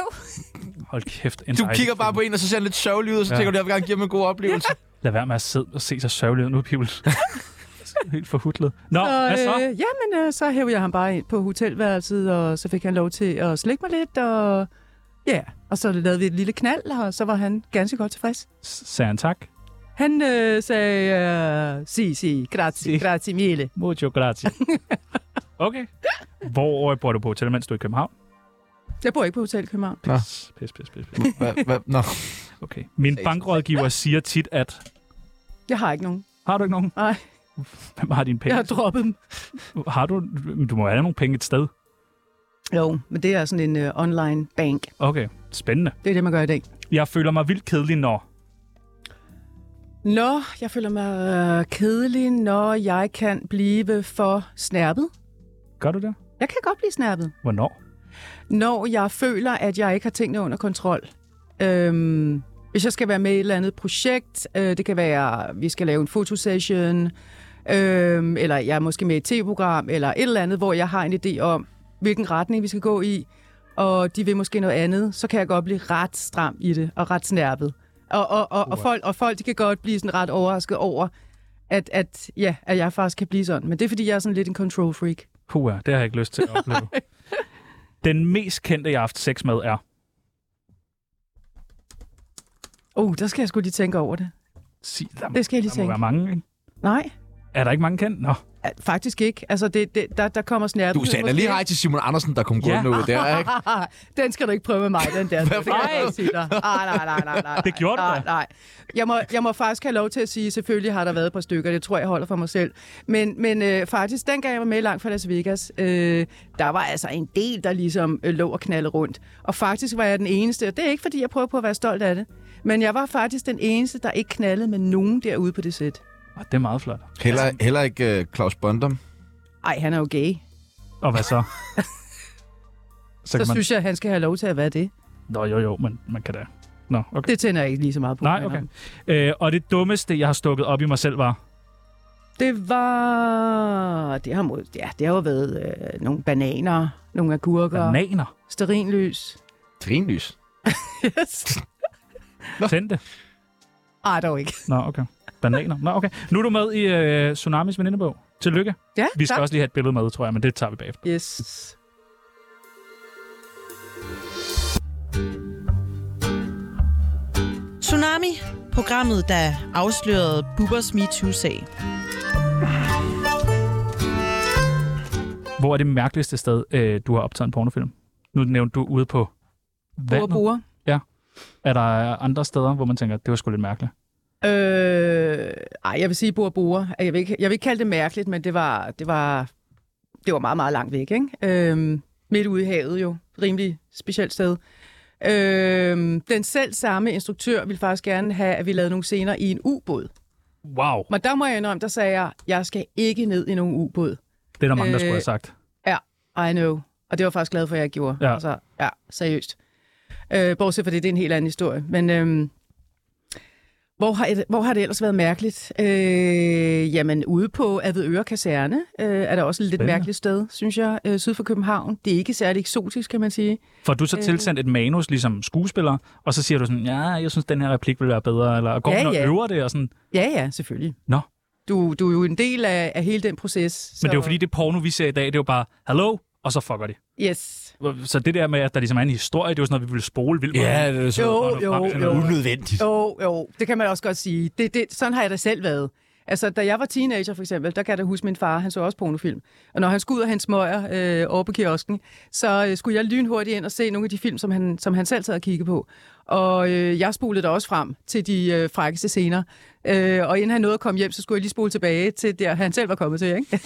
Speaker 2: Hold kæft. En
Speaker 1: du
Speaker 2: dejlig
Speaker 1: kigger bare
Speaker 2: film.
Speaker 1: på en, og så ser han lidt sørgelig ud, og så
Speaker 2: Ja.
Speaker 1: tænker du, jeg vil gerne give ham en god oplevelse.
Speaker 2: Lad være med at sidde og se sig sørgelig ud nu, Pibbles. Helt forhutlet. Nå,
Speaker 3: Og,
Speaker 2: hvad så?
Speaker 3: Øh, jamen, øh, så hævde jeg ham bare ind på hotelværelset, og så fik han lov til at slikke mig lidt, og ja, og så lavede vi et lille knald, og så var han ganske godt tilfreds.
Speaker 2: S- Sagde han tak.
Speaker 3: Han øh, sagde, øh, si, si, grazie,
Speaker 2: Si.
Speaker 3: grazie mille.
Speaker 2: Mucho grazie. Okay. Hvor øh, bor du på hotel, mens du er i København?
Speaker 3: Jeg bor ikke på Hotel København.
Speaker 1: Nå.
Speaker 2: Pis, pis, pis, pis. pis.
Speaker 1: Hva, hva, nå.
Speaker 2: Okay. Min bankrådgiver siger tit, at...
Speaker 3: Jeg har ikke nogen.
Speaker 2: Har du ikke nogen?
Speaker 3: Nej,
Speaker 2: Hvem har dine
Speaker 3: jeg
Speaker 2: penge?
Speaker 3: har droppet dem.
Speaker 2: Har du... Du må have nogle penge et sted.
Speaker 3: Jo, men det er sådan en øh, online bank.
Speaker 2: Okay. Spændende.
Speaker 3: Det er det, man gør i dag.
Speaker 2: Jeg føler mig vildt kedelig, når...
Speaker 3: Nå, jeg føler mig øh, kedelig, når jeg kan blive for snærpet.
Speaker 2: Gør du det?
Speaker 3: Jeg kan godt blive snærpet.
Speaker 2: Hvornår?
Speaker 3: når jeg føler, at jeg ikke har tingene under kontrol. Øhm, hvis jeg skal være med i et eller andet projekt, øh, det kan være, vi skal lave en fotosession, øhm, eller jeg er måske med i et tv-program, eller et eller andet, hvor jeg har en idé om, hvilken retning vi skal gå i, og de vil måske noget andet, så kan jeg godt blive ret stram i det, og ret snærpet. Og, og, og, og, folk, og folk de kan godt blive sådan ret overrasket over, at, at, ja, at jeg faktisk kan blive sådan. Men det er, fordi jeg er sådan lidt en control freak.
Speaker 2: Puh, det har jeg ikke lyst til at opleve. Den mest kendte, jeg har haft sex med, er...
Speaker 3: Oh, der skal jeg sgu lige tænke over det.
Speaker 2: Sig, der, må,
Speaker 3: Det skal jeg lige
Speaker 2: der må
Speaker 3: tænke.
Speaker 2: være mange, ikke?
Speaker 3: Nej.
Speaker 2: Er der ikke mange kendt? Nå.
Speaker 3: Ja, Faktisk ikke. Altså, det, det, der, der kommer sådan
Speaker 1: Du sagde da lige hej til Simon Andersen, der kom
Speaker 2: Ja.
Speaker 1: gående ud der, ikke?
Speaker 3: Ah, den skal du ikke prøve med mig, den der.
Speaker 1: Hvad for
Speaker 3: nej,
Speaker 1: noget?
Speaker 3: Peter. Ah, nej, nej, nej, nej.
Speaker 2: Det gjorde du
Speaker 3: nej,
Speaker 2: da.
Speaker 3: nej. Jeg må, jeg må faktisk have lov til at sige, selvfølgelig har der været et par stykker, det tror jeg holder for mig selv. Men, men øh, faktisk, dengang jeg var med langt fra Las Vegas, øh, der var altså en del, der ligesom øh, lå og knaldede rundt. Og faktisk var jeg den eneste, og det er ikke fordi, jeg prøver på at være stolt af det, men jeg var faktisk den eneste, der ikke knaldede med nogen derude på det sæt.
Speaker 2: Ah, Det er meget flot.
Speaker 1: Heller, heller ikke uh, Claus Bondum.
Speaker 3: Ej, han er jo gay.
Speaker 2: Og hvad så? så
Speaker 3: Så
Speaker 2: kan man...
Speaker 3: synes jeg, han skal have lov til at være det.
Speaker 2: Nå, jo, jo, men man kan da. Nå, okay.
Speaker 3: Det tænder jeg ikke lige så meget på.
Speaker 2: Nej,
Speaker 3: men,
Speaker 2: okay.
Speaker 3: um,
Speaker 2: Øh, og det dummeste, jeg har stukket op i mig selv, var...
Speaker 3: Det var... Det har, må- ja, det har jo været øh, nogle bananer, nogle agurker, Banan.
Speaker 2: Bananer.
Speaker 3: sterinlys.
Speaker 1: Trinlys.
Speaker 3: Yes.
Speaker 2: Tændte.
Speaker 3: Ej, dog ikke.
Speaker 2: Nå, okay. Bananer. Nå, okay. Nu er du med i øh, Tsunamis venindebog. Tillykke.
Speaker 3: Ja,
Speaker 2: Vi skal
Speaker 3: tak.
Speaker 2: også lige have et billede med, tror jeg, men det tager vi bagefter.
Speaker 3: Yes.
Speaker 7: Tsunami, programmet, der afslørede Bubbers MeToo-sag.
Speaker 2: Hvor er det mærkeligste sted, øh, du har optaget en pornofilm? Nu nævnte du ude på
Speaker 3: Bure,
Speaker 2: vandet.
Speaker 3: bure.
Speaker 2: Er der andre steder, hvor man tænker, det var sgu lidt mærkeligt?
Speaker 3: Øh, ej, jeg vil sige bure, bure. Jeg vil, ikke, jeg vil ikke kalde det mærkeligt, men det var, det var, det var meget, meget langt væk. Ikke? Øhm, midt ude i havet jo. Rimelig specielt sted. Øhm, den selv samme instruktør ville faktisk gerne have, at vi lavede nogle scener i en ubåd.
Speaker 2: Wow,
Speaker 3: Men der må jeg indrømme, der sagde jeg, jeg skal ikke ned i nogen ubåd.
Speaker 2: det er der mange, der skulle
Speaker 3: Øh,
Speaker 2: have sagt.
Speaker 3: I know. Og det var jeg faktisk glad for, at jeg gjorde.
Speaker 2: Ja.
Speaker 3: Altså, ja, seriøst. Øh, bortset fra det, det er en helt anden historie. Men øhm, hvor, har, et- hvor har det ellers været mærkeligt? Øh, jamen, ude på Avedøre Kaserne øh, er der også et lidt
Speaker 2: Spændende.
Speaker 3: mærkeligt sted, synes jeg, øh, syd for København. Det er ikke særlig eksotisk, kan man sige.
Speaker 2: Får du så
Speaker 3: Øh.
Speaker 2: tilsendt et manus, ligesom skuespiller, og så siger du sådan, ja, jeg synes, den her replik ville være bedre, eller går
Speaker 3: Ja,
Speaker 2: man og
Speaker 3: ja.
Speaker 2: øver det, og sådan.
Speaker 3: Ja, ja, selvfølgelig.
Speaker 2: Nå.
Speaker 3: Du, du er jo en del af, af hele den proces. Så...
Speaker 2: Men det er jo fordi, det porno, vi ser i dag, det er jo bare, hallo, og så fucker det.
Speaker 3: Yes.
Speaker 2: Så det der med, at der ligesom er en historie, det er jo sådan noget, vi ville spole vildt meget.
Speaker 1: det er
Speaker 3: så- Jo, jo, jo.
Speaker 1: Unødvendigt.
Speaker 3: Jo, jo, det kan man også godt sige. Det, det, sådan har jeg da selv været. Altså, da jeg var teenager for eksempel, der kan jeg da huske min far, han så også pornofilm. Og når han skulle ud og hente smøger øh, over på kiosken, så øh, skulle jeg lynhurtigt ind og se nogle af de film, som han, som han selv sad og kiggede på. Og øh, jeg spolede da også frem til de øh, frækkeste scener. Øh, og inden han nåede at komme hjem, så skulle jeg lige spole tilbage til der, han selv var kommet til, ikke?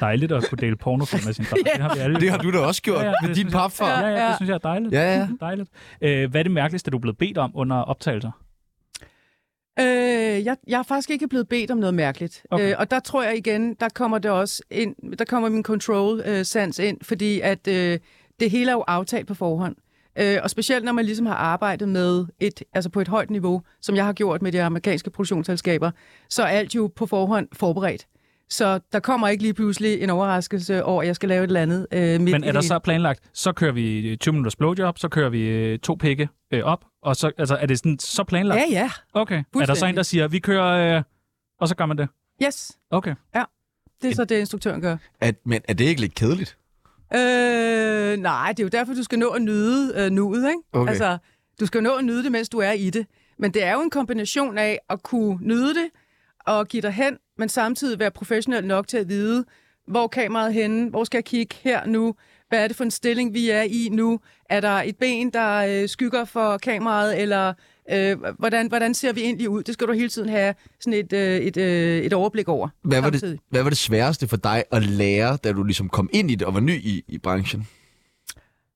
Speaker 2: Dejligt at kunne dele pornofilm med sin far. Det har vi alle.
Speaker 1: Det har du da også gjort
Speaker 2: Ja, ja,
Speaker 1: med
Speaker 2: det
Speaker 1: din
Speaker 2: synes jeg-
Speaker 1: papfar.
Speaker 2: Ja, ja,
Speaker 3: Ja.
Speaker 2: det synes jeg er dejligt.
Speaker 1: Ja, ja.
Speaker 2: dejligt. Øh, hvad er det mærkeligste, du er blevet bedt om under optagelser?
Speaker 3: Øh, jeg, jeg er faktisk ikke blevet bedt om noget mærkeligt.
Speaker 2: Okay.
Speaker 3: Okay. Øh, og der tror jeg igen, der kommer det også ind, der kommer min control-sans ind, fordi at øh, det hele er jo aftalt på forhånd. Øh, og specielt når man ligesom har arbejdet med et, altså på et højt niveau, som jeg har gjort med de amerikanske produktionsselskaber, så er alt jo på forhånd forberedt. Så der kommer ikke lige pludselig en overraskelse over, at jeg skal lave et eller andet. Øh, midt
Speaker 2: Men
Speaker 3: i
Speaker 2: er der
Speaker 3: det
Speaker 2: så planlagt, så kører vi øh, 20 minutters blowjob, så kører vi øh, to pikke øh, op, og så, altså, er det sådan, så planlagt?
Speaker 3: hele. Ja, ja.
Speaker 2: Okay. Er der så en, der
Speaker 3: fuldstændig.
Speaker 2: siger, vi kører, øh, og så gør man det?
Speaker 3: Yes,
Speaker 2: Okay.
Speaker 3: det er så det, instruktøren gør.
Speaker 1: At, men er det ikke lidt kedeligt?
Speaker 3: Øh, nej, det er jo derfor, du skal nå at nyde øh, nuet, ikke?
Speaker 1: Okay.
Speaker 3: Altså, du skal nå at nyde det, mens du er i det. Men det er jo en kombination af at kunne nyde det og give dig hen, men samtidig være professionel nok til at vide, hvor er kameraet henne, hvor skal jeg kigge her nu, hvad er det for en stilling, vi er i nu, er der et ben, der øh, skygger for kameraet, eller øh, hvordan, hvordan ser vi egentlig ud? Det skal du hele tiden have sådan et, øh, et, øh, et overblik over.
Speaker 1: Hvad var,
Speaker 3: samtidig.
Speaker 1: det, hvad var det sværeste for dig at lære, da du ligesom kom ind i det og var ny i, i branchen?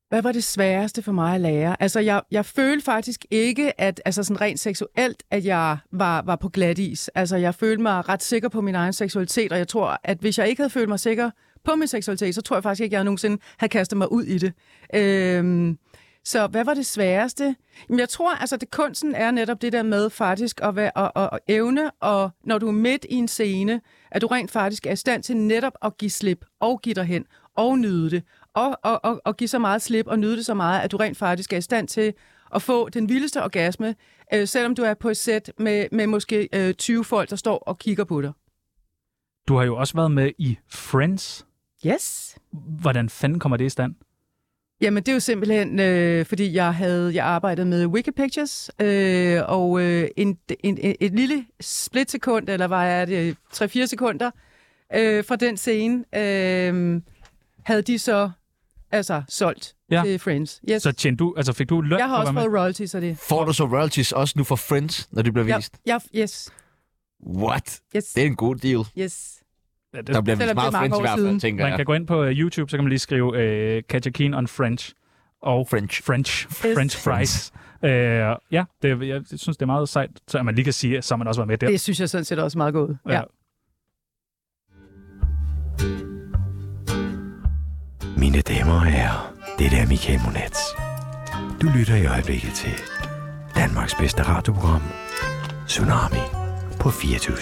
Speaker 3: Hvad var det sværeste for mig at lære? Altså, jeg, jeg følte faktisk ikke, at altså sådan rent seksuelt, at jeg var, var på glat is. Altså, jeg følte mig ret sikker på min egen seksualitet, og jeg tror, at hvis jeg ikke havde følt mig sikker på min seksualitet, så tror jeg faktisk ikke, at jeg nogensinde havde kastet mig ud i det. Øhm, så hvad var det sværeste? Jamen, jeg tror, altså, det kunsten er netop det der med faktisk at, være, at, at, at evne, og når du er midt i en scene, at du rent faktisk er i stand til netop at give slip og give dig hen og nyde det. Og, og, og, og give så meget slip og nyde det så meget, at du rent faktisk er i stand til at få den vildeste orgasme, øh, selvom du er på et sæt med, med måske øh, 20 folk, der står og kigger på dig.
Speaker 2: Du har jo også været med i Friends.
Speaker 3: Yes.
Speaker 2: Hvordan fanden kommer det i stand?
Speaker 3: Jamen, det er jo simpelthen, øh, fordi jeg havde jeg arbejdede med Wikipictures, øh, og øh, en, en, en, et lille splitsekund, eller hvad er det, 3-4 sekunder øh, fra den scene, øh, havde de så altså solgt
Speaker 2: Ja.
Speaker 3: ja. til Friends. Yes.
Speaker 2: Så tjente du, altså fik du løn
Speaker 3: jeg har
Speaker 2: for
Speaker 3: også
Speaker 2: at være
Speaker 3: fået royalties af det.
Speaker 1: Får du så royalties også nu for Friends, når det bliver
Speaker 3: Ja,
Speaker 1: vist?
Speaker 3: ja, yes,
Speaker 1: What?
Speaker 3: yes,
Speaker 1: Det er en god deal.
Speaker 3: yes.
Speaker 2: med? Ja, det-
Speaker 1: Der bliver
Speaker 3: Selvom
Speaker 1: vist meget
Speaker 3: det er
Speaker 1: Friends
Speaker 3: mange
Speaker 1: i
Speaker 3: år
Speaker 1: hvert
Speaker 3: siden.
Speaker 1: fald, tænker
Speaker 2: Man
Speaker 1: jeg.
Speaker 2: kan gå ind på øh, YouTube, så kan man lige skrive øh, Katja Keen on French. Og
Speaker 1: French.
Speaker 2: French, French fries. Øh, ja, det, jeg synes, det er meget sejt, så at man lige kan sige, at så har man også været med der. Øh,
Speaker 3: Det synes jeg sådan set også er meget godt. Ja. ja.
Speaker 8: Mine damer og herrer, det er Michael Monats. Du lytter i øjeblikket til Danmarks bedste radioprogram, Tsunami på 24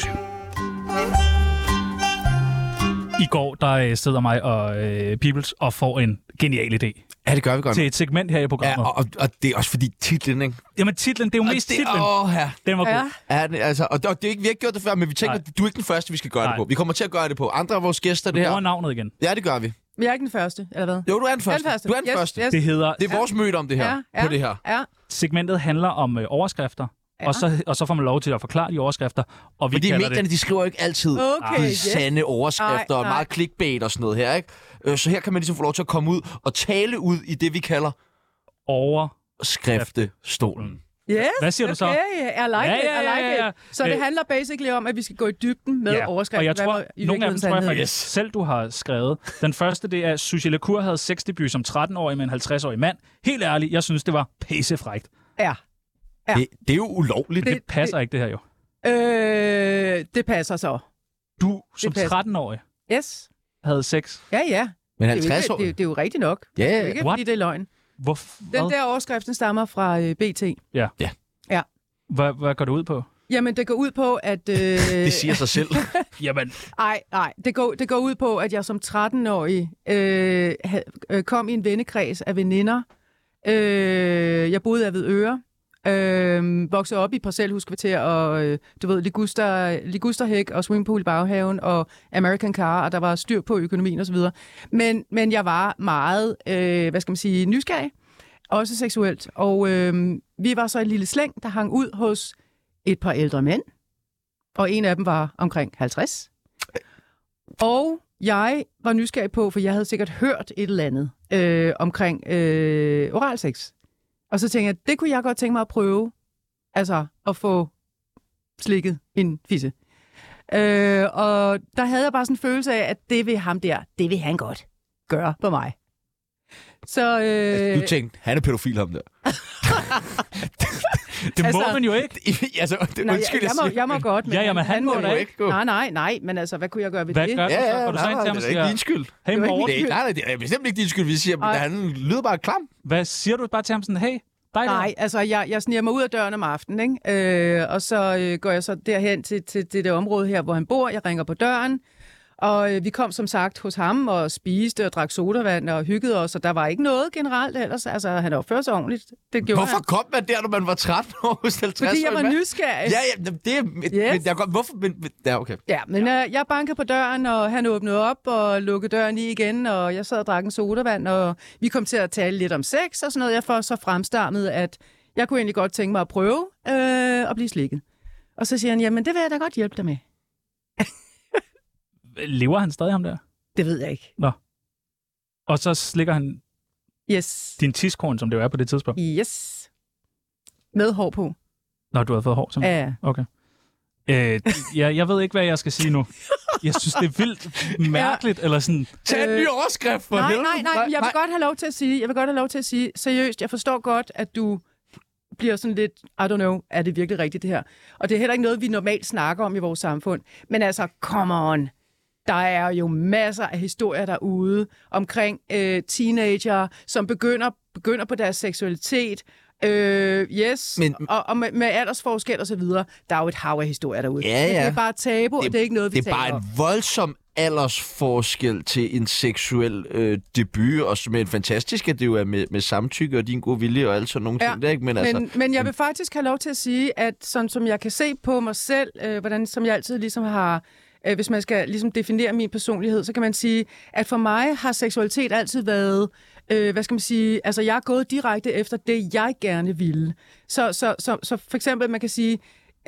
Speaker 2: I går, der øh, sidder mig og øh, Peoples og får en genial idé
Speaker 1: Ja, det gør vi godt.
Speaker 2: til et segment her i
Speaker 1: Ja,
Speaker 2: programmet.
Speaker 1: og, og, og det er også fordi titlen, ikke?
Speaker 2: Jamen titlen, det er jo mest
Speaker 1: og det,
Speaker 2: titlen.
Speaker 1: Åh, ja.
Speaker 2: Den var god.
Speaker 3: Ja.
Speaker 1: Ja, det- altså, og, det, og det er ikke, vi har ikke gjort det før, men vi tænker,
Speaker 2: Nej.
Speaker 1: at du er ikke den første, vi skal gøre
Speaker 2: Nej.
Speaker 1: det på. Vi kommer til at gøre det på andre af vores gæster, det
Speaker 2: Du bruger
Speaker 1: her.
Speaker 2: navnet igen.
Speaker 3: Altså,
Speaker 1: Ja, det gør vi.
Speaker 3: Men jeg er ikke den første, eller hvad?
Speaker 1: Jo, du er den
Speaker 3: Jeg er
Speaker 1: første. Du er den
Speaker 3: yes,
Speaker 1: første.
Speaker 3: Yes.
Speaker 2: Det hedder,
Speaker 1: Det er vores møde om det her,
Speaker 3: Ja, ja.
Speaker 1: på det her.
Speaker 3: Ja,
Speaker 2: segmentet handler om øh, overskrifter,
Speaker 3: Ja.
Speaker 2: og, så, og så får man lov til at forklare de overskrifter, og vi
Speaker 1: Fordi
Speaker 2: kalder
Speaker 1: medierne,
Speaker 2: det...
Speaker 1: de skriver jo ikke altid
Speaker 3: okay,
Speaker 1: de
Speaker 3: yes.
Speaker 1: sande overskrifter
Speaker 3: Nej,
Speaker 1: og
Speaker 3: nej.
Speaker 1: meget clickbait og sådan noget her, ikke? Øh, Så her kan man ligesom få lov til at komme ud og tale ud i det, vi kalder
Speaker 2: over...
Speaker 1: skriftestolen.
Speaker 2: Mm.
Speaker 3: Yes,
Speaker 2: Hvad siger
Speaker 3: okay.
Speaker 2: du så?
Speaker 3: I like
Speaker 2: Ja,
Speaker 3: it,
Speaker 2: ja,
Speaker 3: I
Speaker 2: ja,
Speaker 3: like
Speaker 2: ja, ja.
Speaker 3: it. Så det
Speaker 2: Øh,
Speaker 3: handler basically om, at vi skal gå i dybden med
Speaker 2: Ja,
Speaker 3: overskriften.
Speaker 2: og jeg
Speaker 3: hvad
Speaker 2: tror,
Speaker 3: var i
Speaker 2: nogle af dem
Speaker 3: virkeligheden
Speaker 2: tror jeg
Speaker 3: sandheden.
Speaker 2: faktisk selv, du har skrevet. Den første, det er, Susie Lecour havde sexdebut som 13-årig med en 50-årig mand. Helt ærligt, jeg synes, det var pissefrægt.
Speaker 3: Ja. Ja.
Speaker 1: Det, det er jo ulovligt.
Speaker 2: Det, det passer det, ikke, det her jo.
Speaker 3: Øh, det passer så.
Speaker 2: Du som
Speaker 3: passer.
Speaker 2: 13-årig
Speaker 3: Yes.
Speaker 2: havde sex.
Speaker 3: Ja, ja.
Speaker 1: Men
Speaker 3: Det er, jo
Speaker 1: 50
Speaker 3: ikke,
Speaker 1: år?
Speaker 3: det, er- det er jo rigtigt nok.
Speaker 1: Ja,
Speaker 3: Det er jo ikke,
Speaker 2: What?
Speaker 3: fordi det er løgn.
Speaker 2: Hvor,
Speaker 3: Den
Speaker 2: hvad,
Speaker 3: der overskriften stammer fra øh, BT.
Speaker 2: hvad, hvad går det ud på?
Speaker 3: Jamen, det går ud på, at... Øh,
Speaker 1: det siger sig selv.
Speaker 2: Jamen,
Speaker 3: Ej, nej. Det går, det går ud på, at jeg som 13-årig øh, ha- øh, kom i en vennekreds af veninder. Øh, jeg boede af ved Øre. Øh, voksede op i parcelhuskvarter og, øh, du ved, liguster, ligusterhæk og swimmingpool i baghaven og American Car, og der var styr på økonomien osv. Men, men jeg var meget, øh, hvad skal man sige, nysgerrig. Også seksuelt. Og øh, vi var så en lille slæng, der hang ud hos et par ældre mænd. Og en af dem var omkring 50. Og jeg var nysgerrig på, for jeg havde sikkert hørt et eller andet øh, omkring øh, oralsex. Og så tænkte jeg, det kunne jeg godt tænke mig at prøve, altså at få slikket en fisse. Øh, og der havde jeg bare sådan en følelse af, at det vil ham der, det vil han godt gøre på mig. Så, øh,
Speaker 1: Altså, Du tænkte, han er pædofil, ham der.
Speaker 2: det altså, må
Speaker 3: Altså-
Speaker 2: man jo ikke.
Speaker 1: altså, det,
Speaker 3: nej,
Speaker 1: undskyld,
Speaker 3: jeg, jeg, må, jeg må godt, men
Speaker 2: Ja, jamen, han må
Speaker 3: jo
Speaker 2: da
Speaker 1: ikke gå.
Speaker 3: Nej, nej, nej, men altså, hvad kunne jeg gøre ved
Speaker 2: Hvad
Speaker 3: det?
Speaker 2: gør du
Speaker 1: Ja,
Speaker 2: så?
Speaker 1: ja,
Speaker 2: Går du så
Speaker 1: nej,
Speaker 2: ind
Speaker 1: nej,
Speaker 2: til ham
Speaker 1: det
Speaker 2: og
Speaker 1: er da ikke din
Speaker 2: siger,
Speaker 1: skyld.
Speaker 2: hey
Speaker 3: Det var ikke
Speaker 1: Det er,
Speaker 2: Morten,
Speaker 1: ikke- nej, nej, det er bestemt ikke din skyld, vi siger, men
Speaker 3: Ej.
Speaker 1: han lyder bare klam.
Speaker 2: hvad siger du bare til ham sådan, hey, dig der?
Speaker 3: Nej, altså jeg, jeg sniger mig ud af døren om aftenen, ikke? Øh, og så øh, går jeg så derhen til, til, til det område her, hvor han bor. Jeg ringer på døren, og øh, vi kom som sagt hos ham og spiste og drak sodavand og hyggede os, og der var ikke noget generelt ellers. Altså han opførte sig ordentligt. Det gjorde
Speaker 1: Hvorfor
Speaker 3: han.
Speaker 1: kom man der, når man var 13 år hos 50
Speaker 3: Fordi jeg var
Speaker 1: mand?
Speaker 3: nysgerrig.
Speaker 1: Ja, ja, det er... Men,
Speaker 3: Yes.
Speaker 1: men jeg kan, hvorfor? Men, men, ja, okay.
Speaker 3: Ja, men øh, jeg bankede på døren, og han åbnede op og lukkede døren i igen, og jeg sad og drak en sodavand, og vi kom til at tale lidt om sex og sådan noget. Jeg får så fremstammet, at jeg kunne egentlig godt tænke mig at prøve øh, at blive slikket. Og så siger han, jamen det vil jeg da godt hjælpe dig med.
Speaker 2: Lever han stadig ham der?
Speaker 3: Det ved jeg ikke.
Speaker 2: Og så slikker han
Speaker 3: Yes.
Speaker 2: din tiskorn, som det jo er på det tidspunkt,
Speaker 3: Yes. Med hår på.
Speaker 2: når du havde fået hår. Som...
Speaker 3: Ja.
Speaker 2: Okay. Øh, jeg, jeg ved ikke, hvad jeg skal sige nu. Jeg synes, det er vildt mærkeligt, eller sådan... Øh,
Speaker 1: Tag en ny overskrift for
Speaker 3: Nej,
Speaker 1: helvede.
Speaker 3: nej, nej, men jeg vil godt have lov til at sige, jeg vil godt have lov til at sige, seriøst, jeg forstår godt, at du bliver sådan lidt, I don't know, er det virkelig rigtigt det her? Og det er heller ikke noget, vi normalt snakker om i vores samfund. Men altså, come on. Der er jo masser af historier derude omkring øh, teenager, som begynder, begynder på deres seksualitet. Øh, yes,
Speaker 1: Men-
Speaker 3: men, og, og med, med aldersforskel og så videre. Der er jo et hav af historier derude.
Speaker 1: Ja,
Speaker 3: Men Det
Speaker 1: ja.
Speaker 3: er bare tabu, det, og det er ikke noget, vi
Speaker 1: Det er
Speaker 3: taler
Speaker 1: bare
Speaker 3: om.
Speaker 1: en voldsom aldersforskel til en seksuel øh, debut, og som er en fantastisk, at det jo er med, med samtykke og din gode vilje og alt sådan nogle
Speaker 3: Ja,
Speaker 1: ting. Der, ikke? Men, altså,
Speaker 3: Men, men jeg vil faktisk have lov til at sige, at sådan som jeg kan se på mig selv, øh, hvordan som jeg altid ligesom har øh, hvis man skal ligesom definere min personlighed, så kan man sige, at for mig har seksualitet altid været, øh, hvad skal man sige, altså jeg er gået direkte efter det, jeg gerne ville. Så, så, så, så for eksempel, man kan sige,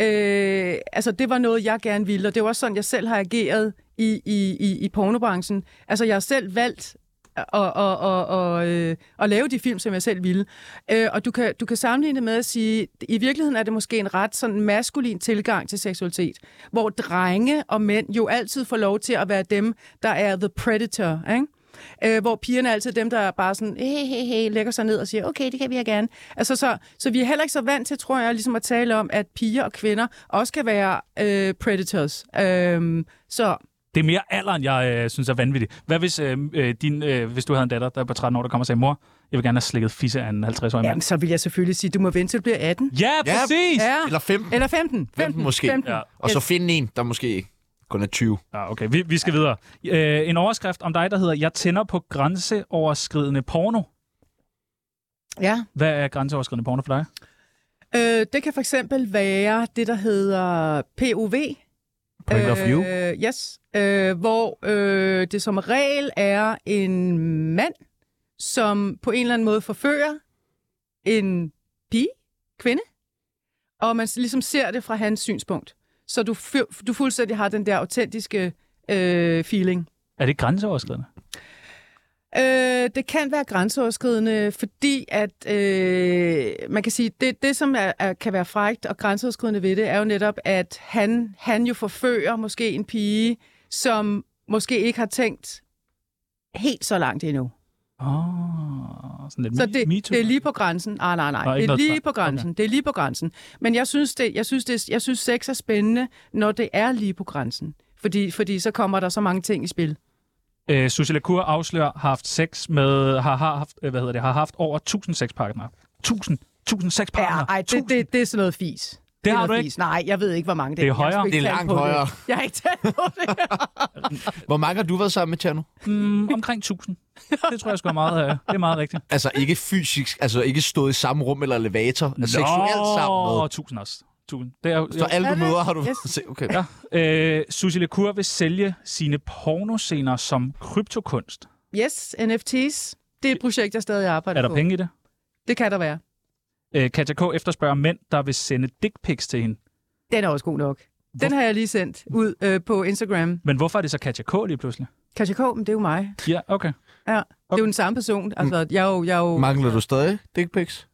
Speaker 3: øh, altså det var noget, jeg gerne ville, og det var også sådan, jeg selv har ageret i, i, i, i pornobranchen. Altså jeg har selv valgt og, og, og, og, øh, og lave de film, som jeg selv ville. Øh, og du kan, du kan sammenligne det med at sige, i virkeligheden er det måske en ret sådan maskulin tilgang til seksualitet, hvor drenge og mænd jo altid får lov til at være dem, der er the predator, ikke? Øh, hvor pigerne er altid dem, der er bare sådan, hey, hey, hey, lægger sig ned og siger, okay, det kan vi ja gerne. Altså, så, så vi er heller ikke så vant til, tror jeg, ligesom at tale om, at piger og kvinder også kan være øh, predators. Øh, så
Speaker 2: Det er mere alderen, jeg øh, synes er vanvittigt. Hvad hvis, øh, øh, din, øh, hvis du havde en datter, der er på 13 år, der kommer og sagde, mor, jeg vil gerne have slikket fisse af en 50-årig
Speaker 3: jamen,
Speaker 2: mand?
Speaker 3: så vil jeg selvfølgelig sige, du må vente til du bliver 18.
Speaker 2: Ja, præcis! Ja,
Speaker 1: Eller 15.
Speaker 3: Eller 15.
Speaker 1: 15 måske.
Speaker 3: 15.
Speaker 2: Ja.
Speaker 1: Og så finde en, der måske kun er 20.
Speaker 2: ja Ah, okay, vi, vi skal videre. Øh, en overskrift om dig, der hedder, jeg tænder på grænseoverskridende porno.
Speaker 3: ja.
Speaker 2: Hvad er grænseoverskridende porno for dig?
Speaker 3: Øh, det kan for eksempel være det, der hedder POV.
Speaker 1: Point of view.
Speaker 3: Øh, yes. Øh, hvor øh, det som regel er en mand, som på en eller anden måde forfører en pige, kvinde, og man ligesom ser det fra hans synspunkt. Så du, fu- du fuldstændig har den der autentiske øh, feeling.
Speaker 2: Er det grænseoverskridende?
Speaker 3: Øh, det kan være grænseoverskridende, fordi at øh, man kan sige, det, det som er, er, kan være frægt og grænseoverskridende ved det, er jo netop, at han, han jo forfører måske en pige, som måske ikke har tænkt helt så langt endnu.
Speaker 2: Åh, oh, Ah, sådan lidt
Speaker 3: Så
Speaker 2: me-
Speaker 3: det,
Speaker 2: MeToo.
Speaker 3: det er lige på grænsen. Ah, nej, nej,
Speaker 2: Nå,
Speaker 3: nej.
Speaker 2: ikke
Speaker 3: Det er
Speaker 2: noget
Speaker 3: lige
Speaker 2: tvang.
Speaker 3: på grænsen. Okay. Det er lige på grænsen. Men jeg synes, det, jeg, synes det, jeg synes, sex er spændende, når det er lige på grænsen. Fordi, fordi så kommer der så mange ting i spil.
Speaker 2: Øh, Susie Lacour afslører, har haft sex med, har, har haft, øh, hvad hedder det, har haft over 1000 sexpartnere. 1000, 1000 sexpartnere.
Speaker 3: Ja, ej, det,
Speaker 2: 1000.
Speaker 3: det, det er sådan noget fis. Det, er
Speaker 2: har
Speaker 3: noget
Speaker 2: du ikke?
Speaker 3: Fis. Nej, jeg ved ikke, hvor mange det er.
Speaker 2: Det er
Speaker 3: Jeg skulle
Speaker 2: højere.
Speaker 1: Det
Speaker 3: ikke
Speaker 1: er langt
Speaker 3: talt på
Speaker 1: højere.
Speaker 3: Det. Jeg har ikke talt på det.
Speaker 1: Hvor mange har du været sammen med, Tjerno?
Speaker 2: Mm, omkring 1000. Det tror jeg sgu er meget, øh, det er meget rigtigt.
Speaker 1: Altså ikke fysisk, altså ikke stået i samme rum eller elevator, Nå. seksuelt sammen med.
Speaker 2: Nå, 1000 også. 1000. Det er, jo-
Speaker 1: Så
Speaker 2: jo.
Speaker 1: alle du
Speaker 3: Er det?
Speaker 1: møder har du...
Speaker 3: Yes.
Speaker 1: Se, Okay.
Speaker 2: Ja. Øh, Susie Lecour vil sælge sine pornoscener som kryptokunst.
Speaker 3: Yes, NFTs. Det er et projekt, jeg stadig arbejder
Speaker 2: Er der
Speaker 3: på.
Speaker 2: penge i det?
Speaker 3: Det kan der være.
Speaker 2: Øh, Katja K. efterspørger mænd, der vil sende dick pics til hende.
Speaker 3: Den er også god nok. Den har jeg lige sendt ud øh, på Instagram.
Speaker 2: Men hvorfor er det så Katja K. lige pludselig?
Speaker 3: Katja K, men det er jo mig.
Speaker 2: Ja, okay.
Speaker 3: Ja. Det er jo den samme person. Altså, jeg er jo, jeg er jo,
Speaker 1: Mangler du stadig dick pics?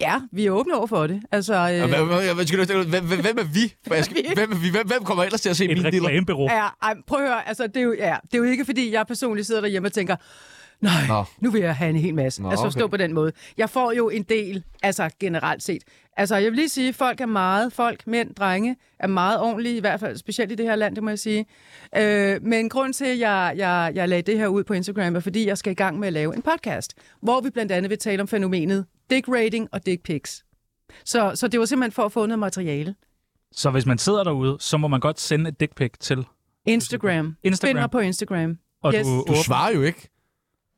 Speaker 3: ja, vi er åbne over for det. Altså, øh,
Speaker 1: Og Hvem, hvem- hvem- skal du- hvem, hvem- hvem er vi? For jeg skal- Hvem, er vi? Hvem, hvem kommer ellers til at se
Speaker 2: Et
Speaker 1: mine diller?
Speaker 2: reklamebureau.
Speaker 3: ja, ej, prøv at høre, altså, det, er jo, ja, det er jo ikke, fordi jeg personligt sidder derhjemme og tænker, nej,
Speaker 1: Nå.
Speaker 3: Nå. nu vil jeg have en hel masse.
Speaker 1: Nå,
Speaker 3: Nå, altså forstå
Speaker 1: okay.
Speaker 3: på den måde. Jeg får jo en del, altså generelt set. Altså jeg vil lige sige, folk er meget, folk, mænd, drenge, er meget ordentlige, i hvert fald specielt i det her land, det må jeg sige. Øh, men grund til, at jeg, jeg, jeg lagde det her ud på Instagram, er fordi jeg skal i gang med at lave en podcast, hvor vi blandt andet vil tale om fænomenet dick rating og dick pics. Så, så det var simpelthen for at få noget materiale.
Speaker 2: Så hvis man sidder derude, så må man godt sende et dick pic til.
Speaker 3: Instagram.
Speaker 2: Instagram.
Speaker 3: Find mig på Instagram.
Speaker 2: Og
Speaker 3: Yes.
Speaker 2: du,
Speaker 3: Du
Speaker 1: Du
Speaker 2: åbner-
Speaker 1: svarer jo ikke.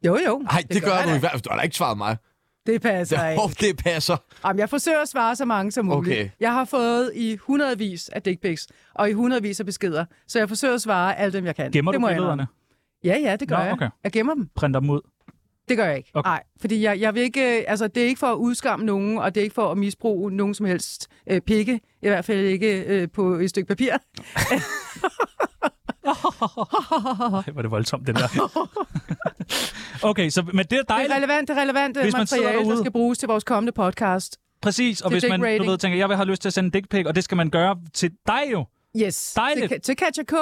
Speaker 3: Jo, jo.
Speaker 1: Nej, det, gør,
Speaker 3: jeg
Speaker 1: du
Speaker 3: da.
Speaker 1: i hvert fald. Du har da ikke svaret mig.
Speaker 3: Det passer
Speaker 1: Jeg
Speaker 3: ikke.
Speaker 1: håber, det passer.
Speaker 3: Jamen, jeg forsøger at svare så mange som muligt.
Speaker 1: Okay.
Speaker 3: Okay. Jeg har fået i hundredvis af dick pics, og i hundredvis af beskeder, så jeg forsøger at svare alle dem, jeg kan.
Speaker 2: gemmer
Speaker 3: det
Speaker 2: du
Speaker 3: må jeg
Speaker 2: billederne?
Speaker 3: indrømme. Ja, ja, det gør
Speaker 2: Nå,
Speaker 3: jeg.
Speaker 2: okay.
Speaker 3: Jeg gemmer dem.
Speaker 2: Printer dem ud?
Speaker 3: Det gør jeg ikke.
Speaker 2: Okay.
Speaker 3: Nej, fordi jeg, jeg vil ikke, øh, altså, det er ikke for at udskamme nogen, og det er ikke for at misbruge nogen som helst øh, pikke. I hvert fald ikke øh, på et stykke papir.
Speaker 2: Ej, hvor er det voldsomt, den der. okay, så, men det er
Speaker 3: Det er
Speaker 2: dejligt.
Speaker 3: relevant, det er relevant øh,
Speaker 2: Hvis man sidder
Speaker 3: materiale, der
Speaker 2: derude-
Speaker 3: skal bruges til vores kommende podcast.
Speaker 2: Præcis, og
Speaker 3: til
Speaker 2: hvis man du
Speaker 3: dick-rating.
Speaker 2: ved, tænker, jeg vil have lyst til at sende en dick pic, og det skal man gøre til dig jo.
Speaker 3: Yes.
Speaker 2: Dejligt.
Speaker 3: Til, til Katja K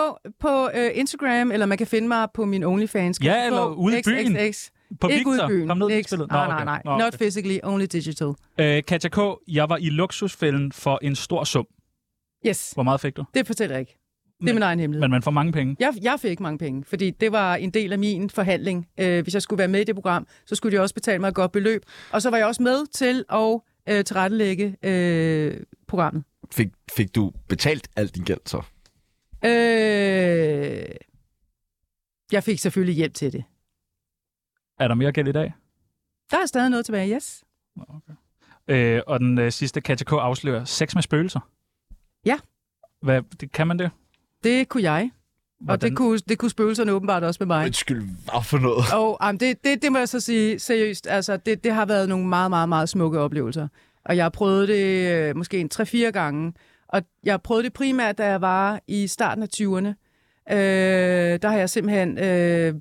Speaker 3: på øh, Instagram, eller man kan finde mig på min OnlyFans.
Speaker 2: Ja,
Speaker 3: Katja K,
Speaker 2: eller ude i byen.
Speaker 3: XXX.
Speaker 2: På
Speaker 3: ikke
Speaker 2: Victor.
Speaker 3: ude i byen.
Speaker 2: Kom ned i
Speaker 3: Niks.
Speaker 2: spillet.
Speaker 3: Nej, nej, nej.
Speaker 2: Nå, okay.
Speaker 3: Not physically, only digital.
Speaker 2: Øh, Katja K., jeg var i luksusfælden for en stor sum.
Speaker 3: Yes,
Speaker 2: Hvor meget fik du?
Speaker 3: det fortæller jeg ikke. Det er min egen hemmelighed.
Speaker 2: Men man får mange penge.
Speaker 3: Jeg, jeg fik mange penge, fordi det var en del af min forhandling. Øh, hvis jeg skulle være med i det program, så skulle de også betale mig et godt beløb. Og så var jeg også med til at øh, tilrettelægge øh, programmet.
Speaker 1: Fik, fik du betalt alt din gæld så?
Speaker 3: Øh, jeg fik selvfølgelig hjælp til det.
Speaker 2: Er der mere gæld i dag?
Speaker 3: Der er stadig noget tilbage, yes.
Speaker 2: Øh, og den øh, sidste, Katja K. afslører sex med spøgelser.
Speaker 3: Ja.
Speaker 2: Hvad, det, kan man det?
Speaker 3: Det kunne jeg. Og
Speaker 2: Hvordan?
Speaker 3: det kunne, det kunne spøgelserne åbenbart også med mig.
Speaker 1: Undskyld, hvad for noget?
Speaker 3: Og um, det, det, det må jeg så sige seriøst. Altså, det, det har været nogle meget, meget, meget smukke oplevelser. Og jeg har prøvet det øh, måske en 3-4 gange. Og jeg har prøvet det primært, da jeg var i starten af 20'erne. Øh, der har jeg simpelthen, øh,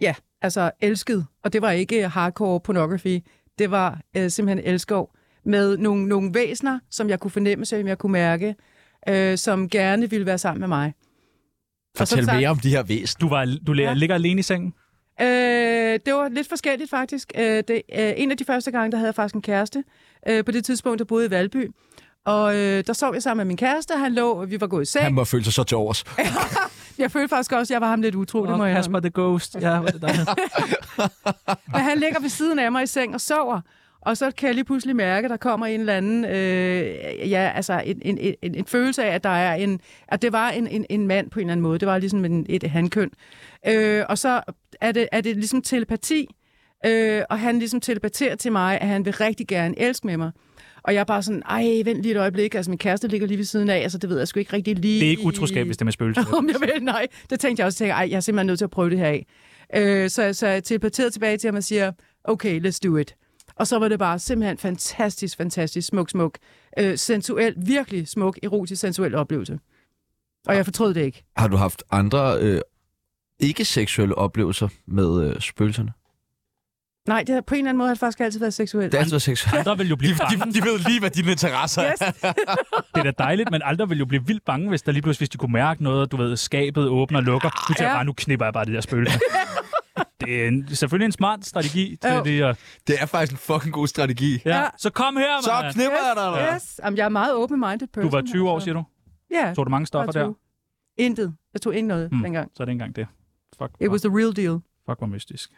Speaker 3: ja, altså elsket. Og det var ikke øh, hardcore pornography. Det var øh, simpelthen elskov med nogle, nogle væsener, som jeg kunne fornemme, som jeg kunne mærke, øh, som gerne ville være sammen med mig. Og som
Speaker 1: Fortæl
Speaker 3: sagt-
Speaker 1: mere om de her væsen.
Speaker 2: Du, var, du ja.
Speaker 3: Ja.
Speaker 2: ligger alene i sengen?
Speaker 3: Øh, det var lidt forskelligt faktisk. Øh, det, øh, en af de første gange, der havde jeg faktisk en kæreste. Øh, på det tidspunkt, der boede i Valby. Og øh, der sov jeg sammen med min kæreste. Han lå, og vi var gået i seng.
Speaker 1: Han må føle sig så til overs.
Speaker 3: Jeg følte faktisk også, at jeg var ham lidt utro, det må jeg
Speaker 2: Kasper the Ghost. Ja, var det dig?
Speaker 3: Men han ligger ved siden af mig i seng og sover. Og så kan jeg lige pludselig mærke, at der kommer en eller anden, øh, ja, altså en, en, en, en- en følelse af, at der er en, at det var en, en, en mand på en eller anden måde. Det var ligesom en, et handkøn. Øh, og så er det, er det ligesom telepati, øh, og han ligesom telepaterer til mig, at han vil rigtig gerne elske med mig. Og jeg er bare sådan, ej, vent lige et øjeblik, altså min kæreste ligger lige ved siden af, altså det ved jeg sgu ikke rigtig lige.
Speaker 2: Det er ikke utroskab, hvis det er med spøgelser.
Speaker 3: Om jeg vil, nej. Det tænkte jeg også, tænkte, ej, jeg er simpelthen nødt til at prøve det her af. Øh, så, så jeg teleporterede tilbage til ham og siger, okay, let's do it. Og så var det bare simpelthen fantastisk, fantastisk smuk, smuk, øh, sensuel, virkelig smuk, erotisk, sensuel oplevelse. Og jeg fortrød det ikke.
Speaker 1: Har du haft andre øh, ikke-seksuelle oplevelser med øh, spøgelserne?
Speaker 3: Nej, det har på en eller anden måde har det faktisk altid været seksuelt.
Speaker 1: Det er altid seksuelt.
Speaker 2: Andre vil jo blive bange.
Speaker 1: de ved lige, hvad dine interesser
Speaker 3: Yes.
Speaker 2: Det er da dejligt, men andre vil jo blive vildt bange, hvis der lige pludselig, hvis de kunne mærke noget, og du ved, skabet åbner og lukker. Du tænker
Speaker 3: Ja.
Speaker 2: bare, nu knipper jeg bare det der spøgelse. Det er en, selvfølgelig en smart strategi til
Speaker 3: Jo.
Speaker 2: det. Og,
Speaker 1: Det er faktisk en fucking god strategi.
Speaker 2: ja.
Speaker 3: Ja.
Speaker 2: Så kom her,
Speaker 1: Så
Speaker 2: mand!
Speaker 1: knipper jeg dig, eller?
Speaker 3: Yes. Jamen, jeg er meget open-minded
Speaker 2: Du
Speaker 3: person.
Speaker 2: var 20 år, siger du?
Speaker 3: Ja,
Speaker 2: Tog du mange stoffer der?
Speaker 3: Intet. Jeg tog ikke noget
Speaker 2: Hmm.
Speaker 3: hmm. dengang.
Speaker 2: Så er det engang det. Fuck,
Speaker 3: It
Speaker 2: fuck,
Speaker 3: was the real deal.
Speaker 2: fuck hvor mystisk.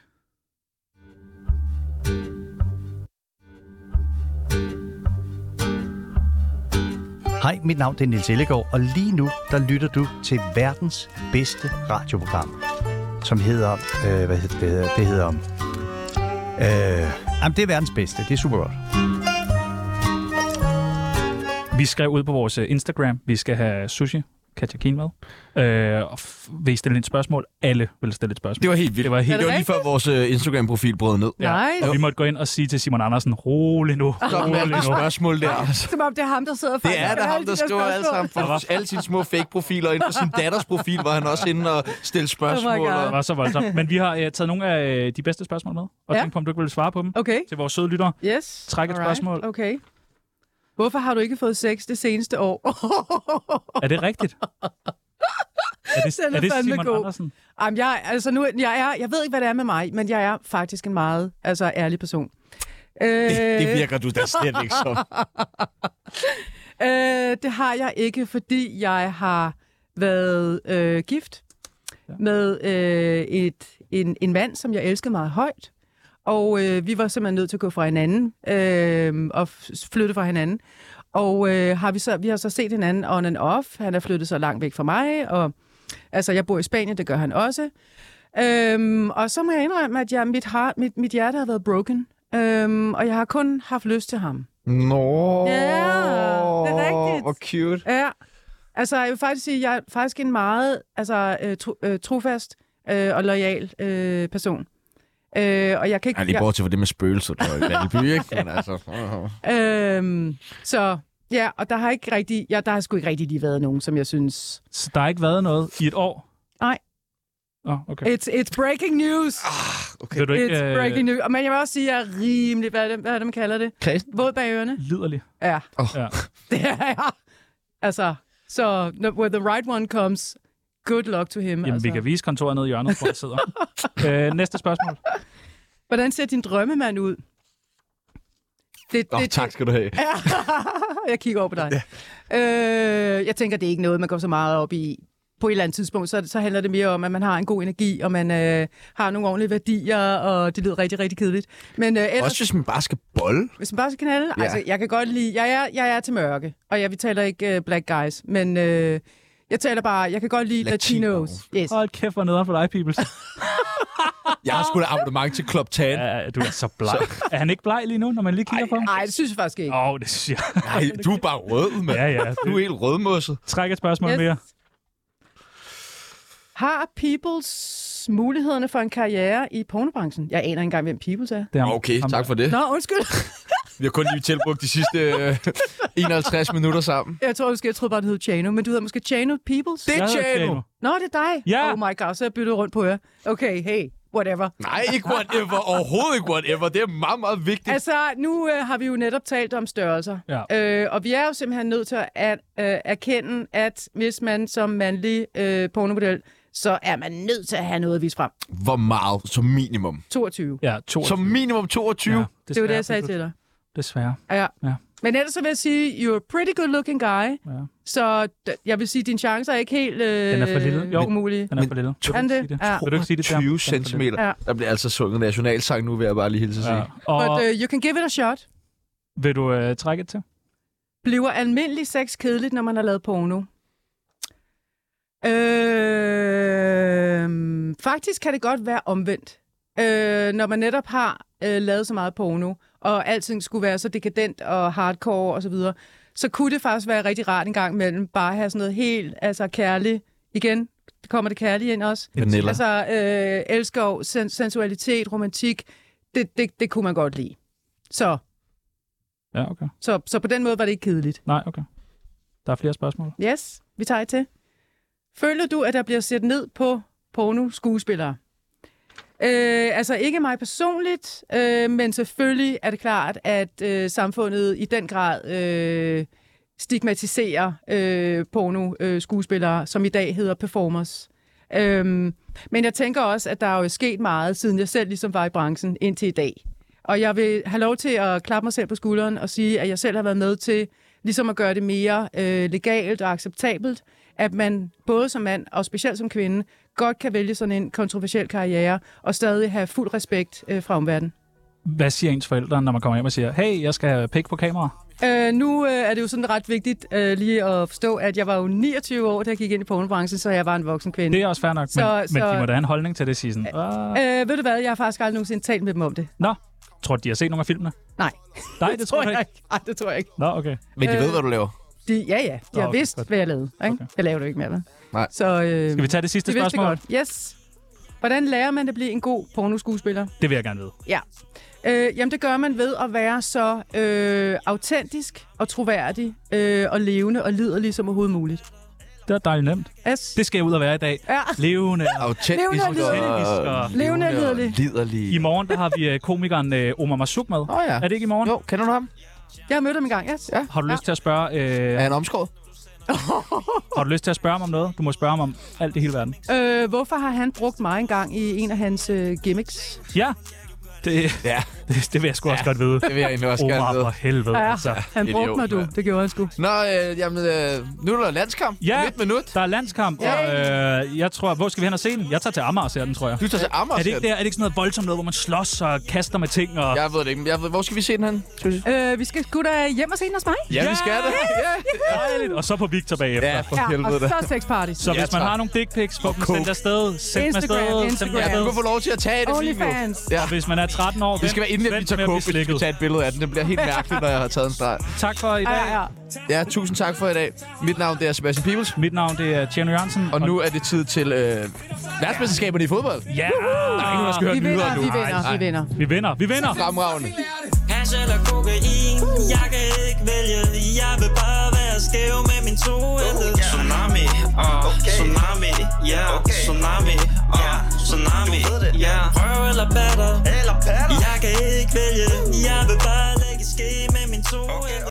Speaker 9: Hej, mit navn det er Nils Ellegaard, og lige nu der lytter du til verdens bedste radioprogram, som hedder... Øh, hvad hedder det? hedder- Det hedder... Øh, jamen, det er verdens bedste. Det er super godt.
Speaker 2: Vi skrev ud på vores øh, Instagram, vi skal have sushi, Katja Kien med. Øh, og f- vil I stille et spørgsmål? Alle vil stille et spørgsmål.
Speaker 1: Det var helt vildt.
Speaker 2: det var helt...
Speaker 1: det var lige før vores øh, Instagram-profil brød ned.
Speaker 2: Ja.
Speaker 3: Nice.
Speaker 2: Og vi måtte gå ind og sige til Simon Andersen, rolig nu,
Speaker 1: Så med alle
Speaker 2: rolig
Speaker 1: de
Speaker 2: nu.
Speaker 1: spørgsmål der.
Speaker 3: Som om det er ham, der sidder og
Speaker 1: Det er
Speaker 3: fejler
Speaker 1: da
Speaker 3: alle
Speaker 1: ham,
Speaker 3: de
Speaker 1: der skriver alle
Speaker 3: spørgsmål.
Speaker 1: sammen på alle sine små fake-profiler. Inden på sin datters profil var han også inde og stille spørgsmål.
Speaker 3: Oh God.
Speaker 2: Det
Speaker 1: og-
Speaker 2: var så voldsomt. Men vi har øh, taget nogle af øh, de bedste spørgsmål med, og ja.
Speaker 3: Ja.
Speaker 2: tænkt på, om du ikke vil svare på dem
Speaker 3: Okay.
Speaker 2: til vores søde lyttere.
Speaker 3: Yes.
Speaker 2: Træk et
Speaker 3: Alright.
Speaker 2: spørgsmål.
Speaker 3: Okay. Hvorfor har du ikke fået sex det seneste år?
Speaker 2: Er det rigtigt? Er det,
Speaker 3: Den er
Speaker 2: er det
Speaker 3: fandme
Speaker 2: Simon
Speaker 3: god.
Speaker 2: Andersen?
Speaker 3: Jamen, jeg, altså nu, jeg, er, jeg ved ikke, hvad det er med mig, men jeg er faktisk en meget altså, ærlig person. Øh,
Speaker 1: Det virker du da slet ikke som.
Speaker 3: øh, det har jeg ikke, fordi jeg har været øh, gift ja. med øh, et, en, en mand, som jeg elskede meget højt. Og øh, vi var simpelthen nødt til at gå fra hinanden øh, og f- flytte fra hinanden. Og øh, har vi, så, vi har så set hinanden on and off. Han er flyttet så langt væk fra mig, og altså, jeg bor i Spanien, det gør han også. Øhm, og så må jeg indrømme, at jeg, mit, har, mit, mit hjerte har været broken, øhm, og jeg har kun haft lyst til ham.
Speaker 1: Nå,
Speaker 3: Ja, det er rigtigt.
Speaker 1: Hvor cute.
Speaker 3: Ja. Altså, jeg vil faktisk sige, at jeg er faktisk en meget altså, øh, tro, øh, trofast øh, og lojal øh, person. Øh, og jeg kan ikke...
Speaker 1: Ja, lige bort til for det med spøgelser, der er i Valby, ikke? Men altså,
Speaker 3: jeg, øhm, så ja, og der har ikke rigtig... Ja, der har sgu ikke rigtig lige været nogen, som jeg synes...
Speaker 2: Så der har ikke været noget i et år?
Speaker 3: Nej.
Speaker 2: Nå, okay.
Speaker 3: It's, it's breaking news!
Speaker 2: okay. Vil du ikke
Speaker 3: It's
Speaker 2: øh,
Speaker 3: breaking news. Og, men jeg vil også sige, at jeg er rimelig... Hvad er det, hvad er det man kalder det?
Speaker 1: Kredsen?
Speaker 3: Våd bag ørerne.
Speaker 2: liderlig?
Speaker 3: Ja.
Speaker 1: Åh.
Speaker 2: Ja.
Speaker 3: Det er jeg. Altså, så so, where the right one comes, good luck to him.
Speaker 2: Jamen,
Speaker 3: altså.
Speaker 2: vi kan vise kontoret nede i hjørnet, hvor jeg sidder. øh, næste spørgsmål.
Speaker 3: Hvordan ser din drømmemand ud? Det,
Speaker 1: Nå, tak skal du have.
Speaker 3: jeg kigger over på dig. Ja. Øh, jeg tænker, det er ikke noget, man går så meget op i. På et eller andet tidspunkt, så, så handler det mere om, at man har en god energi, og man øh, har nogle ordentlige værdier, og det lyder rigtig, rigtig kedeligt. Men øh, ellers,
Speaker 1: Også hvis man bare skal bolle.
Speaker 3: hvis man bare skal knalde,
Speaker 1: Ja.
Speaker 3: ja. altså, jeg kan godt lide, jeg er, jeg er til mørke, og jeg, vi taler ikke øh, black guys, men øh, jeg taler bare, jeg kan godt lide
Speaker 1: Latino.
Speaker 3: latinos. Yes.
Speaker 2: Hold kæft, hvor nederen for dig, Peoples.
Speaker 1: Jeg har sgu da abonnement til Club Tan.
Speaker 2: Ja, du er så bleg. Er han ikke bleg lige nu, når man lige kigger på ham?
Speaker 3: Nej, det synes jeg faktisk ikke.
Speaker 2: Åh, oh, det synes jeg.
Speaker 1: Nej, du er bare rød, mand.
Speaker 2: Ja, ja.
Speaker 1: Du er helt rødmosset.
Speaker 2: Træk et spørgsmål
Speaker 3: Yes.
Speaker 2: mere.
Speaker 3: Har Peoples mulighederne for en karriere i pornobranchen? Jeg aner ikke engang, hvem Peoples er.
Speaker 2: Det er ham.
Speaker 1: Okay,
Speaker 2: Ham-
Speaker 1: tak for det.
Speaker 3: Nå, undskyld.
Speaker 1: Vi har kun lige tilbrugt de sidste øh, 51 minutter sammen.
Speaker 3: Jeg tror, du skal, jeg troede bare, det hed Chano, men du hedder måske Chano Peoples?
Speaker 1: Det
Speaker 2: Jeg
Speaker 1: er
Speaker 2: hedder
Speaker 1: Tjano.
Speaker 2: Tjano.
Speaker 3: Nå, det er dig.
Speaker 2: Ja.
Speaker 3: Oh my god, så er jeg byttet rundt på jer. Okay, hey, whatever.
Speaker 1: Nej, ikke whatever. Overhovedet ikke whatever. Det er meget, meget vigtigt.
Speaker 3: Altså, nu øh, har vi jo netop talt om størrelser.
Speaker 2: Ja.
Speaker 3: Øh, og vi er jo simpelthen nødt til at øh, erkende, at hvis man som mandlig øh, pornomodel, så er man nødt til at have noget at vise frem.
Speaker 1: Hvor meget som minimum?
Speaker 3: 22.
Speaker 2: Ja, to.
Speaker 1: Som minimum 22? Ja.
Speaker 3: Det var det, jeg sagde til dig.
Speaker 2: Desværre.
Speaker 3: Ja.
Speaker 2: Ja.
Speaker 3: Men ellers så vil jeg sige, you're a pretty good looking guy. Ja. Så d- jeg vil sige, at dine chancer er ikke helt øh,
Speaker 2: Den er for lille. Jo.
Speaker 3: umulige.
Speaker 2: Den er for lille. Vil du
Speaker 3: Er den
Speaker 2: ikke
Speaker 3: det?
Speaker 2: sige det?
Speaker 3: Ja.
Speaker 2: Vil du ikke sige det? Bjarne?
Speaker 1: 20
Speaker 2: Den er for
Speaker 1: cm.
Speaker 2: lille.
Speaker 3: Ja.
Speaker 1: Der bliver altså sunget nationalsang nu, vil jeg bare lige hilse at sige.
Speaker 2: Ja.
Speaker 1: Ja.
Speaker 2: Og øh,
Speaker 3: But uh, you can give it a shot.
Speaker 2: vil du øh, trække et til?
Speaker 3: Bliver almindelig sex kedeligt, når man har lavet porno? Øh, faktisk kan det godt være omvendt. Øh, når man netop har øh, lavet så meget porno, og alting skulle være så dekadent og hardcore osv., så, videre, så kunne det faktisk være rigtig rart en gang imellem bare at have sådan noget helt altså kærligt. Igen, kommer det kærlige ind også.
Speaker 1: Vanilla.
Speaker 3: Altså, øh, elskov, sen- sensualitet, romantik, det, det, det kunne man godt lide. Så,
Speaker 2: Ja, okay.
Speaker 3: så, så på den måde var det ikke kedeligt.
Speaker 2: Nej, okay. Der er flere spørgsmål.
Speaker 3: Yes, vi tager et til. Føler du, at der bliver set ned på porno-skuespillere? Øh, altså ikke mig personligt, øh, men selvfølgelig er det klart, at øh, samfundet i den grad øh, stigmatiserer øh, porno-skuespillere, som i dag hedder performers. Øhm, men jeg tænker også, at der er jo sket meget, siden jeg selv ligesom var i branchen indtil i dag. Og jeg vil have lov til at klappe mig selv på skulderen og sige, at jeg selv har været med til ligesom at gøre det mere øh, legalt og acceptabelt, at man både som mand og specielt som kvinde godt kan vælge sådan en kontroversiel karriere og stadig have fuld respekt øh, fra omverdenen.
Speaker 2: Hvad siger ens forældre, når man kommer hjem og siger, hey, jeg skal have pik på kamera?
Speaker 3: Øh, nu øh, er det jo sådan ret vigtigt øh, lige at forstå, at jeg var jo 29 år, da jeg gik ind i pornobranchen, så jeg var en voksen kvinde.
Speaker 2: Det er også fair nok, men,
Speaker 3: Så-
Speaker 2: men
Speaker 3: så-
Speaker 2: de må da have en holdning til det, siger sådan. "Ah."
Speaker 3: Øh, ved du hvad, jeg har faktisk aldrig nogensinde talt med dem om det.
Speaker 2: Nå, tror du, de har set nogle af filmene?
Speaker 3: Nej,
Speaker 2: Nej, det, tror jeg ikke.
Speaker 3: Nej, det tror jeg ikke.
Speaker 2: Nå, okay.
Speaker 1: Men de ved,
Speaker 3: Øh.
Speaker 1: hvad du laver.
Speaker 3: De, ja, ja. De
Speaker 2: Nå,
Speaker 3: har
Speaker 2: okay,
Speaker 3: vidst,
Speaker 2: godt.
Speaker 3: hvad jeg lavede. Ikke? Okay. Jeg laver det jo ikke mere, vel?
Speaker 1: Nej.
Speaker 3: Så, øh,
Speaker 2: Skal vi tage det sidste
Speaker 3: de vidste det
Speaker 2: spørgsmål?
Speaker 3: godt. Yes. Hvordan lærer man at blive en god pornoskuespiller?
Speaker 2: Det vil jeg gerne vide.
Speaker 3: Ja. Øh, jamen, det gør man ved at være så øh, autentisk og troværdig øh, og levende og liderlig som overhovedet muligt.
Speaker 2: Det er dejligt nemt.
Speaker 3: Yes.
Speaker 2: Det skal jeg ud og være i dag.
Speaker 3: Ja.
Speaker 2: Levende.
Speaker 1: Autentisk
Speaker 3: Levende og
Speaker 2: liderlig.
Speaker 1: og...
Speaker 3: Levende og
Speaker 1: og
Speaker 3: liderlig.
Speaker 1: liderlig.
Speaker 2: I morgen der har vi øh, komikeren øh, Omar Masuk med.
Speaker 1: Åh ja.
Speaker 2: Er det ikke i morgen?
Speaker 1: Jo, kender du ham?
Speaker 3: Jeg har mødt ham engang, yes.
Speaker 1: Ja.
Speaker 2: Har du lyst til at spørge? Øh,
Speaker 1: Er han omskåret?
Speaker 2: har du lyst til at spørge ham om noget? Du må spørge ham om alt i hele verden.
Speaker 3: Øh, hvorfor har han brugt mig engang i en af hans øh, gimmicks?
Speaker 2: Ja. Det,
Speaker 1: Ja,
Speaker 2: det, det vil jeg sgu også godt vide.
Speaker 1: det vil jeg egentlig også gerne
Speaker 2: Omar
Speaker 1: vide.
Speaker 2: for helvede.
Speaker 3: Ja,
Speaker 2: Altså.
Speaker 3: han
Speaker 1: idiot,
Speaker 3: brugte mig, du.
Speaker 1: ja.
Speaker 3: Det gjorde han sgu.
Speaker 1: Nå, øh, jamen, øh, nu er der landskamp.
Speaker 2: Ja,
Speaker 1: Om et minut.
Speaker 2: der er landskamp, og øh, jeg tror, hvor skal vi hen og se den? Jeg tager til Amager og ser den, tror jeg.
Speaker 1: Du tager til Amager.
Speaker 2: Er det, ikke der, er det ikke sådan noget voldsomt noget, hvor man slås og kaster med ting? Og...
Speaker 1: Jeg ved det ikke, men jeg ved, hvor skal vi se den hen?
Speaker 3: Øh, vi skal sgu da hjem og se den hos mig.
Speaker 1: Ja, vi skal det. Ja,
Speaker 2: Dejligt. Og så på Victor bagefter.
Speaker 1: ja for
Speaker 3: Ja, og
Speaker 1: helvede da.
Speaker 3: så sex parties.
Speaker 2: Så
Speaker 1: Ja,
Speaker 2: hvis man
Speaker 1: tak.
Speaker 2: har nogle dick pics, få dem
Speaker 1: coke.
Speaker 2: sendt afsted. Send dem
Speaker 3: Instagram,
Speaker 2: afsted. Send dem
Speaker 3: Instagram.
Speaker 1: Ja, du
Speaker 2: afsted.
Speaker 1: kan få lov til at tage det, fordi vi-
Speaker 3: Onlyfans.
Speaker 1: Ja.
Speaker 2: Og Hvis man er 13 år,
Speaker 1: Det skal være inden, at vi tager coke, hvis vi tager et billede af den. Det bliver helt mærkeligt, når jeg har taget en streg.
Speaker 2: Tak for i dag.
Speaker 3: Ja, ja.
Speaker 1: Ja, tusind tak for i dag. Mit navn det er Sebastian Pibels,
Speaker 2: Mit navn det er Tjerno Jørgensen.
Speaker 1: og nu er det tid til øh, verdensmesterskaberne i fodbold.
Speaker 2: Ja! Der er ikke nogen, der skal høre
Speaker 3: Vi
Speaker 2: nyheder
Speaker 3: vinder,
Speaker 2: nu.
Speaker 3: vi vinder,
Speaker 2: Ej,
Speaker 3: vi vinder.
Speaker 2: Vi vinder, vi vinder.
Speaker 1: Fremragende.
Speaker 10: Hash eller kokain Jeg kan ikke vælge Jeg vil bare være skæv med min to hænder Tsunami, uh, tsunami, ja yeah. Tsunami, uh, tsunami, ja yeah. Røv eller batter Jeg kan ikke vælge